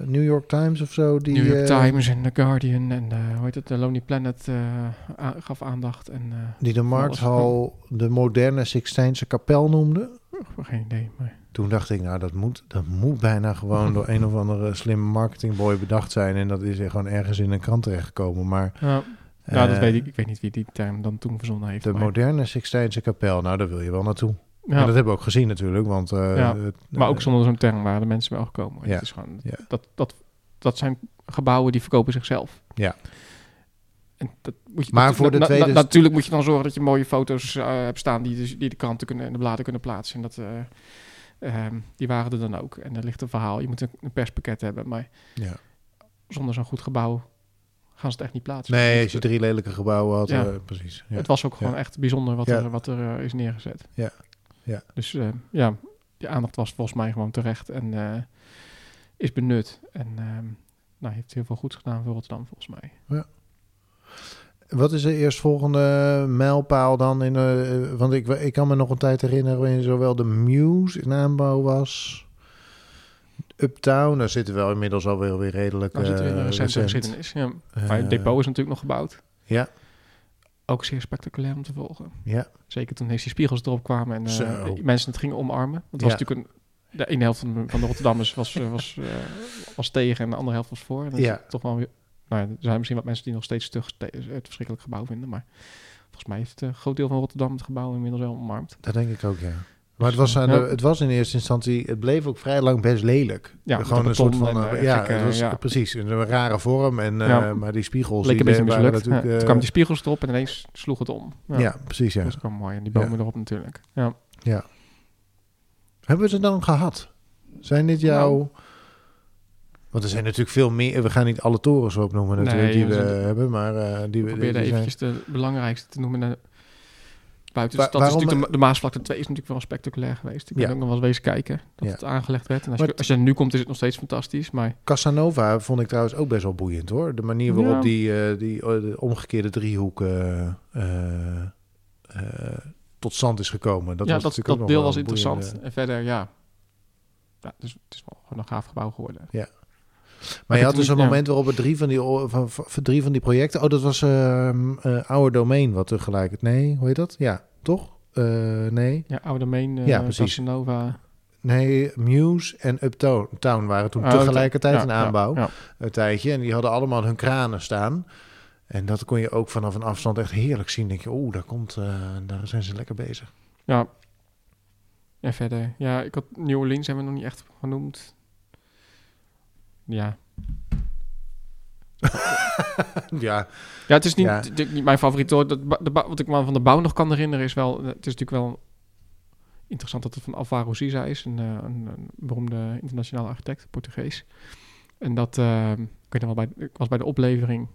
Speaker 1: eh, New York Times of zo? Die,
Speaker 2: New York
Speaker 1: eh,
Speaker 2: Times en The Guardian en eh, hoe heet het? The Lonely Planet eh, a- gaf aandacht. En eh,
Speaker 1: Die de Markthal de moderne Sixtijnse kapel noemde.
Speaker 2: geen idee. Maar,
Speaker 1: Toen dacht ik, nou dat moet, dat moet bijna gewoon door een of andere slimme marketingboy bedacht zijn. En dat is er gewoon ergens in een krant terechtgekomen. Maar
Speaker 2: nou, nou, dat
Speaker 1: eh,
Speaker 2: weet ik. Ik weet niet wie die term dan toen verzonnen heeft.
Speaker 1: de
Speaker 2: maar-
Speaker 1: moderne Sixtijnse kapel, nou daar wil je wel naartoe.
Speaker 2: Ja.
Speaker 1: En dat hebben we ook gezien natuurlijk. Want, eh,
Speaker 2: Ja,
Speaker 1: het-
Speaker 2: Maar ook zonder zo'n term waren de mensen wel gekomen.
Speaker 1: Ja.
Speaker 2: Het is gewoon,
Speaker 1: Ja.
Speaker 2: dat, dat, dat zijn gebouwen die verkopen zichzelf.
Speaker 1: Ja.
Speaker 2: En dat moet je
Speaker 1: Maar
Speaker 2: natu-
Speaker 1: voor de
Speaker 2: na- na-
Speaker 1: tweede-
Speaker 2: natuurlijk moet je dan zorgen dat je mooie foto's eh, hebt staan die de, die de kranten kunnen, en de bladen kunnen plaatsen. En dat, eh, ehm, die waren er dan ook. En er ligt een verhaal. Je moet een, een perspakket hebben. Maar
Speaker 1: ja.
Speaker 2: zonder zo'n goed gebouw gaan ze het echt niet plaatsen. Dus
Speaker 1: Nee,
Speaker 2: Het-
Speaker 1: als je drie lelijke gebouwen had,
Speaker 2: Ja.
Speaker 1: eh, precies. Ja.
Speaker 2: Het was ook gewoon echt bijzonder wat
Speaker 1: Ja.
Speaker 2: er, wat er eh, is neergezet.
Speaker 1: Ja. Ja.
Speaker 2: Dus eh, ja, die aandacht was volgens mij gewoon terecht en eh, is benut. En ehm, nou, heeft heel veel goed gedaan voor Rotterdam volgens mij.
Speaker 1: Wat is de eerstvolgende mijlpaal dan? In, eh, want ik, ik kan me nog een tijd herinneren waarin zowel de Muse in aanbouw was. Uptown, daar zitten we wel inmiddels alweer weer redelijk
Speaker 2: Nou zitten we in de
Speaker 1: eh,
Speaker 2: recente
Speaker 1: recent.
Speaker 2: geschiedenis. Ja.
Speaker 1: Eh,
Speaker 2: maar het depot is natuurlijk nog gebouwd.
Speaker 1: Ja.
Speaker 2: Ook zeer spectaculair om te volgen.
Speaker 1: Ja,
Speaker 2: Zeker toen deze spiegels erop kwamen en eh,
Speaker 1: Zo.
Speaker 2: de mensen het gingen omarmen. Want het was
Speaker 1: Ja.
Speaker 2: natuurlijk een... De ene helft van de, van de Rotterdammers was, eh, was, eh, was tegen en de andere helft was voor. En dat is
Speaker 1: Ja.
Speaker 2: toch wel weer, nou ja, er zijn misschien wat mensen die nog steeds stug ste- het verschrikkelijk gebouw vinden. Maar volgens mij heeft eh, een groot deel van Rotterdam het gebouw inmiddels wel omarmd.
Speaker 1: dat denk ik ook, ja. Maar het was, aan de-
Speaker 2: Dus Ja.
Speaker 1: het was in eerste instantie, het bleef ook vrij lang best lelijk.
Speaker 2: Ja, met
Speaker 1: Gewoon een
Speaker 2: beton
Speaker 1: soort van,
Speaker 2: en,
Speaker 1: eh,
Speaker 2: eh,
Speaker 1: ja,
Speaker 2: gekke,
Speaker 1: het was
Speaker 2: ja.
Speaker 1: precies een rare vorm. En, eh,
Speaker 2: Ja.
Speaker 1: Maar die spiegels,
Speaker 2: Leek een
Speaker 1: die
Speaker 2: beetje
Speaker 1: waren
Speaker 2: mislukt. Ja.
Speaker 1: natuurlijk...
Speaker 2: Toen
Speaker 1: eh,
Speaker 2: kwamen die spiegels erop en ineens sloeg het om. Ja,
Speaker 1: ja, precies, ja.
Speaker 2: Dat is gewoon mooi. En die bomen
Speaker 1: Ja.
Speaker 2: erop natuurlijk. Ja.
Speaker 1: Hebben we ze dan gehad? Zijn dit
Speaker 2: Nou.
Speaker 1: jouw... Want er zijn natuurlijk veel meer... We gaan niet alle torens opnoemen natuurlijk
Speaker 2: Nee,
Speaker 1: die we
Speaker 2: we zijn-
Speaker 1: hebben, maar eh, die
Speaker 2: Ik
Speaker 1: we...
Speaker 2: probeerde
Speaker 1: die zijn-
Speaker 2: eventjes de belangrijkste te noemen. eh, Buiten de
Speaker 1: Wa-
Speaker 2: stad is
Speaker 1: waarom,
Speaker 2: natuurlijk de, Ma- de Maasvlakte 2 is natuurlijk wel spectaculair geweest. Ik ben
Speaker 1: Ja.
Speaker 2: ook nog wel eens wezen kijken dat
Speaker 1: Ja.
Speaker 2: het aangelegd werd. En als,
Speaker 1: Maar
Speaker 2: je, als je er nu komt is het nog steeds fantastisch. Maar
Speaker 1: Casanova vond ik trouwens ook best wel boeiend hoor. De manier waarop
Speaker 2: Ja.
Speaker 1: die, eh, die eh, de omgekeerde driehoek eh, eh, eh, tot stand is gekomen. Dat
Speaker 2: ja,
Speaker 1: was
Speaker 2: dat,
Speaker 1: natuurlijk ook nog
Speaker 2: dat deel
Speaker 1: wel
Speaker 2: was
Speaker 1: een boeiende-
Speaker 2: interessant. En verder, ja. ja dus, het is wel gewoon een gaaf gebouw geworden.
Speaker 1: Maar je
Speaker 2: Ik
Speaker 1: had
Speaker 2: heb
Speaker 1: dus
Speaker 2: niet-
Speaker 1: een
Speaker 2: ja.
Speaker 1: moment waarop er drie van die, o- van, van- van drie van die projecten... Oh, dat was ehm eh Our Domain wat tegelijk... Nee, hoe heet dat? Ja, toch? Eh, nee.
Speaker 2: Ja, Oude Meen, eh,
Speaker 1: Ja, precies.
Speaker 2: Casanova.
Speaker 1: Nee, Muse en Uptown Town waren toen
Speaker 2: Ah, oké.
Speaker 1: tegelijkertijd
Speaker 2: Ja,
Speaker 1: in
Speaker 2: ja,
Speaker 1: aanbouw.
Speaker 2: ja.
Speaker 1: Een tijdje. En die hadden allemaal hun kranen staan. En dat kon je ook vanaf een afstand echt heerlijk zien. Denk je, oeh, daar, komt, eh, daar zijn ze lekker bezig. <laughs>
Speaker 2: Ja. En verder, ja, ik had New Orleans hebben we nog niet echt genoemd. Ja.
Speaker 1: ja,
Speaker 2: Ja, het is niet,
Speaker 1: Ja.
Speaker 2: het is niet mijn favoriet hoor. Dat, ba- de, ba- wat ik me van de bouw nog kan herinneren is wel... Het is natuurlijk wel interessant dat het van Alvaro Siza is. Een, eh, een, een beroemde internationale architect, Portugees. En dat... eh, ik, weet nog wel bij, ik was bij de oplevering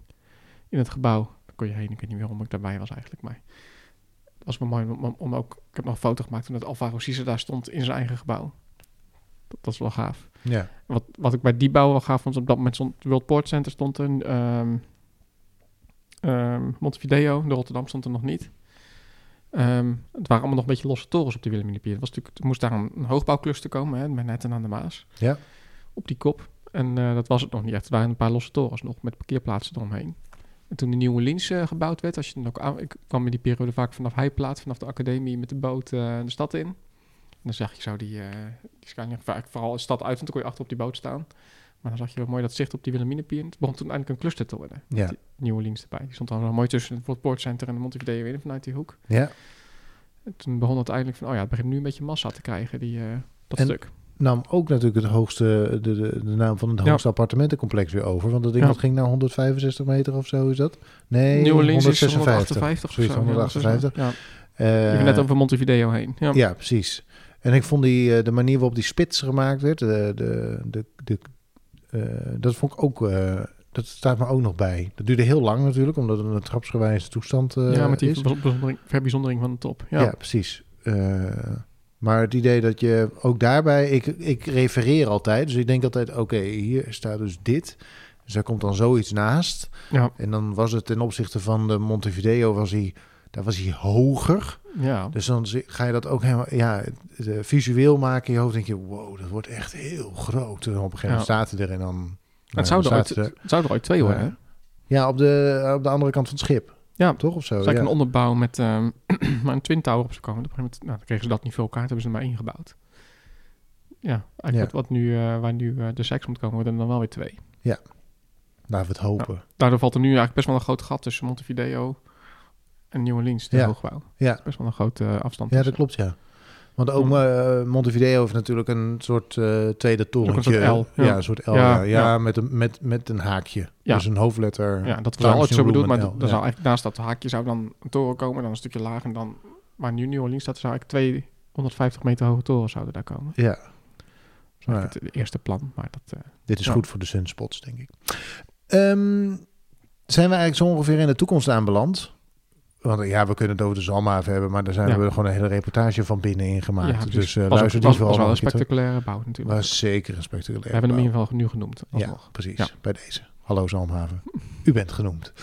Speaker 2: in het gebouw. Daar kon je heen. Ik weet niet meer waarom ik daarbij was eigenlijk. Maar het was wel mooi om, om- om ook... Ik heb nog een foto gemaakt toen dat Alvaro Siza daar stond in zijn eigen gebouw. Dat, dat is wel gaaf.
Speaker 1: ja.
Speaker 2: Wat, wat ik bij die bouw wel gaaf vond, op dat moment stond het World Port Center stond er, ehm, ehm, Montevideo, de Rotterdam stond er nog niet. Ehm, het waren allemaal nog een beetje losse torens op die Wilhelminapier. Het was natuurlijk, er moest daar een, een hoogbouwcluster komen, hè, Manhattan aan de Maas.
Speaker 1: Ja.
Speaker 2: Op die kop. En eh, dat was het nog niet echt. Er waren een paar losse torens nog, met parkeerplaatsen eromheen. En toen de nieuwe lins eh, gebouwd werd, als je dan ook aan, ik kwam in die periode vaak vanaf Heiplaat, vanaf de academie met de boot eh, de stad in. En dan zag je zo die, eh die skyline, of eigenlijk vooral de stad uit, want dan kon je achter op die boot staan. Maar Maar dan zag je wel mooi dat zicht op die Wilhelminapier. Het begon toen eindelijk een cluster te worden.
Speaker 1: Ja.
Speaker 2: Die nieuwe links erbij. Die stond dan wel mooi tussen het poortcentrum en de Montevideo in vanuit die hoek.
Speaker 1: ja.
Speaker 2: En toen begon het eindelijk van, oh ja, het begint nu een beetje massa te krijgen, die, eh, dat
Speaker 1: En-
Speaker 2: stuk.
Speaker 1: Nam ook natuurlijk het hoogste, de, de, de naam van het
Speaker 2: Ja.
Speaker 1: hoogste appartementencomplex weer over. Want dat ding
Speaker 2: Ja.
Speaker 1: dat ging naar 165 meter of zo, is dat? Nee,
Speaker 2: Nieuwe links is
Speaker 1: 156.
Speaker 2: 158 of zo.
Speaker 1: Zoiets, 158.
Speaker 2: Ja,
Speaker 1: Eh,
Speaker 2: even net over Montevideo heen. Ja.
Speaker 1: Ja, precies. En ik vond die, eh, de manier waarop die spits gemaakt werd, de, de, de, de, eh, dat vond ik ook, eh, dat staat me ook nog bij. Dat duurde heel lang natuurlijk, omdat het een trapsgewijze toestand eh
Speaker 2: ja, met die
Speaker 1: is.
Speaker 2: verbijzondering- verbijzondering van de top. Ja.
Speaker 1: Ja, precies. Eh, maar het idee dat je ook daarbij, ik, ik refereer altijd, dus ik denk altijd, oké, hier staat dus dit. Dus daar komt dan zoiets naast.
Speaker 2: Ja.
Speaker 1: En dan was het ten opzichte van de Montevideo, was hij, daar was hij hoger.
Speaker 2: ja.
Speaker 1: Dus dan zie- ga je dat ook helemaal ja, het, eh, visueel maken in je hoofd. denk je, wow, dat wordt echt heel groot. En op een gegeven moment
Speaker 2: Ja.
Speaker 1: staat hij er en dan... nou,
Speaker 2: het, zou
Speaker 1: dan
Speaker 2: er ooit,
Speaker 1: staat hij er.
Speaker 2: het zou er ooit twee worden.
Speaker 1: Ja.
Speaker 2: hè?
Speaker 1: Ja, op de, op de andere kant van het schip.
Speaker 2: Ja.
Speaker 1: Toch of zo?
Speaker 2: Zou ik
Speaker 1: Oh, ja.
Speaker 2: een onderbouw met ehm, <clears throat> maar een Twin Tower op ze komen. Op een gegeven moment, nou, dan kregen ze dat niet voor elkaar, hebben ze er maar één gebouwd. Ja, eigenlijk
Speaker 1: Ja.
Speaker 2: Wat, wat nu, eh, waar nu eh, de seks moet komen, worden er dan wel weer twee.
Speaker 1: Laten we het hopen.
Speaker 2: Daardoor valt er nu eigenlijk best wel een groot gat tussen Montevideo en Nieuwe Links, de
Speaker 1: Ja.
Speaker 2: hoogbouw.
Speaker 1: Ja.
Speaker 2: Best wel een grote eh, afstand.
Speaker 1: Ja, dat
Speaker 2: tussen.
Speaker 1: klopt, ja. Want
Speaker 2: Hm.
Speaker 1: ook eh, Montevideo heeft natuurlijk een soort eh, tweede torentje.
Speaker 2: soort L, ja.
Speaker 1: Ja, een soort L,
Speaker 2: Ja,
Speaker 1: ja. Ja,
Speaker 2: ja.
Speaker 1: Met, een, met, met een haakje.
Speaker 2: Ja.
Speaker 1: Dus een hoofdletter.
Speaker 2: Ja, dat was
Speaker 1: Langs
Speaker 2: altijd zo
Speaker 1: Nieuwe
Speaker 2: bedoeld,
Speaker 1: Bloem
Speaker 2: maar
Speaker 1: en L,
Speaker 2: dat dat
Speaker 1: ja.
Speaker 2: zou eigenlijk naast dat haakje zou dan een toren komen, dan een stukje lager en dan... Maar nu New Orleans staat, zou eigenlijk twee 150 meter hoge torens zouden daar komen.
Speaker 1: Ja.
Speaker 2: Dat is eigenlijk
Speaker 1: Ja.
Speaker 2: het, het eerste plan, maar dat... eh,
Speaker 1: Dit is
Speaker 2: Ja.
Speaker 1: goed voor de sunspots, denk ik. Ehm, zijn we eigenlijk zo ongeveer in de toekomst aanbeland? Want eh, ja, we kunnen het over de Zalmhaven hebben, maar daar zijn
Speaker 2: Ja.
Speaker 1: we gewoon een hele reportage van binnenin gemaakt.
Speaker 2: precies.
Speaker 1: dus eh,
Speaker 2: was,
Speaker 1: luister
Speaker 2: ook-
Speaker 1: die
Speaker 2: was,
Speaker 1: vooral
Speaker 2: was wel
Speaker 1: nog
Speaker 2: een
Speaker 1: een keer terug.
Speaker 2: spectaculaire bouw natuurlijk.
Speaker 1: Was zeker een spectaculair.
Speaker 2: We hebben hem in
Speaker 1: gebouw.
Speaker 2: ieder geval nu genoemd.
Speaker 1: Ja,
Speaker 2: alsnog.
Speaker 1: precies.
Speaker 2: Ja.
Speaker 1: Bij deze. Hallo Zalmhaven. U bent genoemd.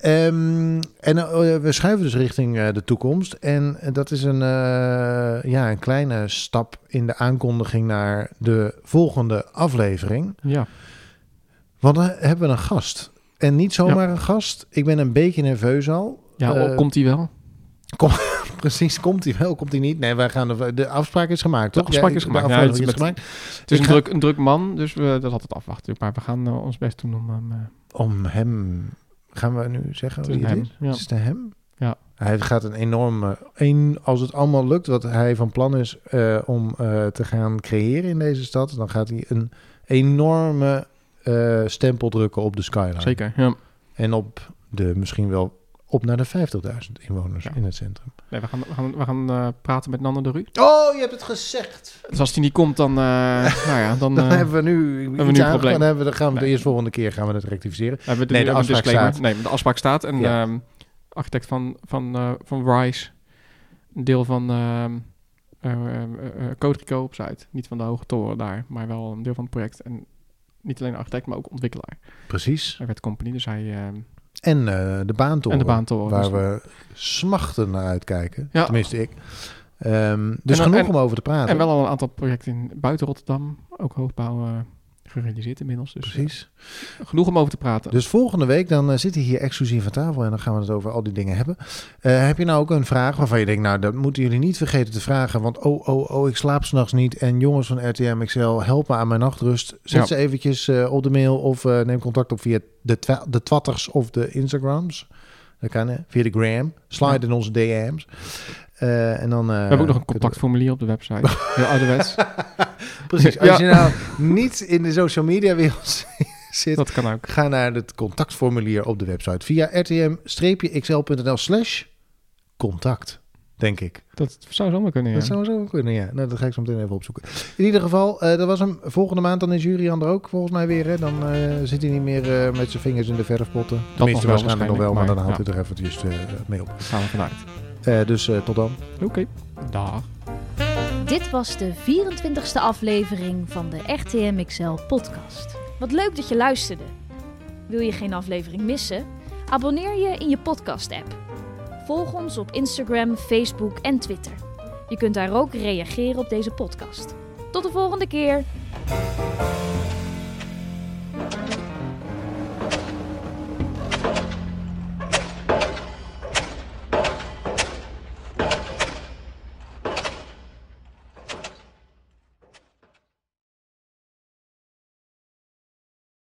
Speaker 1: Ehm, en eh, we schuiven dus richting eh, de toekomst. En eh, dat is een, eh, ja, een kleine stap in de aankondiging naar de volgende aflevering.
Speaker 2: Ja.
Speaker 1: Want dan hebben we een gast. En niet zomaar een gast. Ik ben een beetje nerveus al.
Speaker 2: Ja,
Speaker 1: Eh,
Speaker 2: komt hij wel?
Speaker 1: Precies, komt hij wel, komt hij niet? Nee, wij gaan de, de afspraak is gemaakt,
Speaker 2: De
Speaker 1: toch?
Speaker 2: afspraak
Speaker 1: Ja,
Speaker 2: is gemaakt.
Speaker 1: De
Speaker 2: Ja,
Speaker 1: afspraak
Speaker 2: het
Speaker 1: is
Speaker 2: is met-
Speaker 1: gemaakt.
Speaker 2: Het is
Speaker 1: Ik
Speaker 2: een,
Speaker 1: ga-
Speaker 2: druk, een druk man, dus we, dat is altijd afwachten. Maar we gaan eh, ons best doen om hem... eh,
Speaker 1: Om hem, gaan we nu zeggen
Speaker 2: Het
Speaker 1: wie
Speaker 2: is
Speaker 1: het
Speaker 2: een
Speaker 1: is?
Speaker 2: hem, ja.
Speaker 1: Is het een hem?
Speaker 2: Ja.
Speaker 1: Hij gaat een enorme, een, als het allemaal lukt wat hij van plan is eh, om eh, te gaan creëren in deze stad, dan gaat hij een enorme eh, stempel drukken op de skyline.
Speaker 2: zeker, ja.
Speaker 1: En op de, misschien wel op naar de 50.000 inwoners
Speaker 2: Ja.
Speaker 1: in het centrum.
Speaker 2: Nee, we gaan, we gaan, we gaan eh, praten met Nanne de Ru.
Speaker 1: Oh, je hebt het gezegd.
Speaker 2: Dus als die niet komt, dan... eh,
Speaker 1: <laughs>
Speaker 2: nou ja, dan,
Speaker 1: Dan
Speaker 2: eh,
Speaker 1: hebben we nu iets
Speaker 2: we nu een
Speaker 1: aangepakt.
Speaker 2: probleem.
Speaker 1: Dan hebben we, dan gaan we de
Speaker 2: Nee.
Speaker 1: eerste volgende keer gaan we het rectificeren.
Speaker 2: hebben we
Speaker 1: Nee, de
Speaker 2: hebben we
Speaker 1: afspraak
Speaker 2: disclaimer.
Speaker 1: staat.
Speaker 2: Nee, maar de afspraak staat. En
Speaker 1: Ja.
Speaker 2: ehm, architect van, van, eh, van Rise, een deel van ehm eh, eh, eh, Codrico op Zuid. Niet van de Hoge Toren daar, maar wel een deel van het project. En niet alleen architect, maar ook ontwikkelaar.
Speaker 1: Precies.
Speaker 2: Hij werd company, dus hij... ehm,
Speaker 1: En eh, de baantoren.
Speaker 2: En de baantoren,
Speaker 1: Waar
Speaker 2: dus-
Speaker 1: we smachten naar uitkijken.
Speaker 2: Ja.
Speaker 1: Tenminste, ik. Ehm, dus
Speaker 2: En-
Speaker 1: genoeg
Speaker 2: en-
Speaker 1: om over te praten.
Speaker 2: En wel al een aantal projecten in, buiten Rotterdam, ook hoogbouw, eh, gerealiseerd inmiddels. Dus
Speaker 1: Precies.
Speaker 2: eh, genoeg om over te praten.
Speaker 1: Dus volgende week dan eh, zit hij hier exclusief aan tafel en dan gaan we het over al die dingen hebben. Eh, heb je nou ook een vraag waarvan je denkt, nou dat moeten jullie niet vergeten te vragen. Want oh, oh, oh, ik slaap s'nachts niet. En jongens van RTM XL, help me aan mijn nachtrust. Zet
Speaker 2: Ja.
Speaker 1: ze eventjes eh, op de mail of eh, neem contact op via de, twa- de twatters of de Instagrams. Dat kan hè, via de gram. Slide
Speaker 2: Ja.
Speaker 1: in onze DM's. Eh, en dan,
Speaker 2: we hebben ook nog een contactformulier op de <laughs> website. Heel ouderwets.
Speaker 1: Precies,
Speaker 2: <laughs> Ja.
Speaker 1: als je nou niet in de social media wereld <laughs> zit,
Speaker 2: Dat kan ook.
Speaker 1: Ga naar het contactformulier op de website via rtm-xl.nl slash contact, denk ik.
Speaker 2: Dat zou zomaar kunnen, ja.
Speaker 1: Dat zou zo kunnen, ja. Nou, dat ga ik zo meteen even opzoeken. In ieder geval, eh, dat was hem. Volgende maand dan is Jurian er ook, volgens mij weer. Hè. Dan eh, zit hij niet meer eh, met zijn vingers in de verfpotten. Tenminste,
Speaker 2: nog wel
Speaker 1: waarschijnlijk nog wel, maar dan
Speaker 2: waarschijnlijk,
Speaker 1: houdt hij er eventjes eh, mee op.
Speaker 2: Daar gaan we vanuit.
Speaker 1: Eh, dus eh, tot dan.
Speaker 2: Oké, dag.
Speaker 3: Dit was de 24e aflevering van de RTM XL podcast. Wat leuk dat je luisterde. Wil je geen aflevering missen? Abonneer je in je podcast app. Volg ons op Instagram, Facebook en Twitter. Je kunt daar ook reageren op deze podcast. Tot de volgende keer.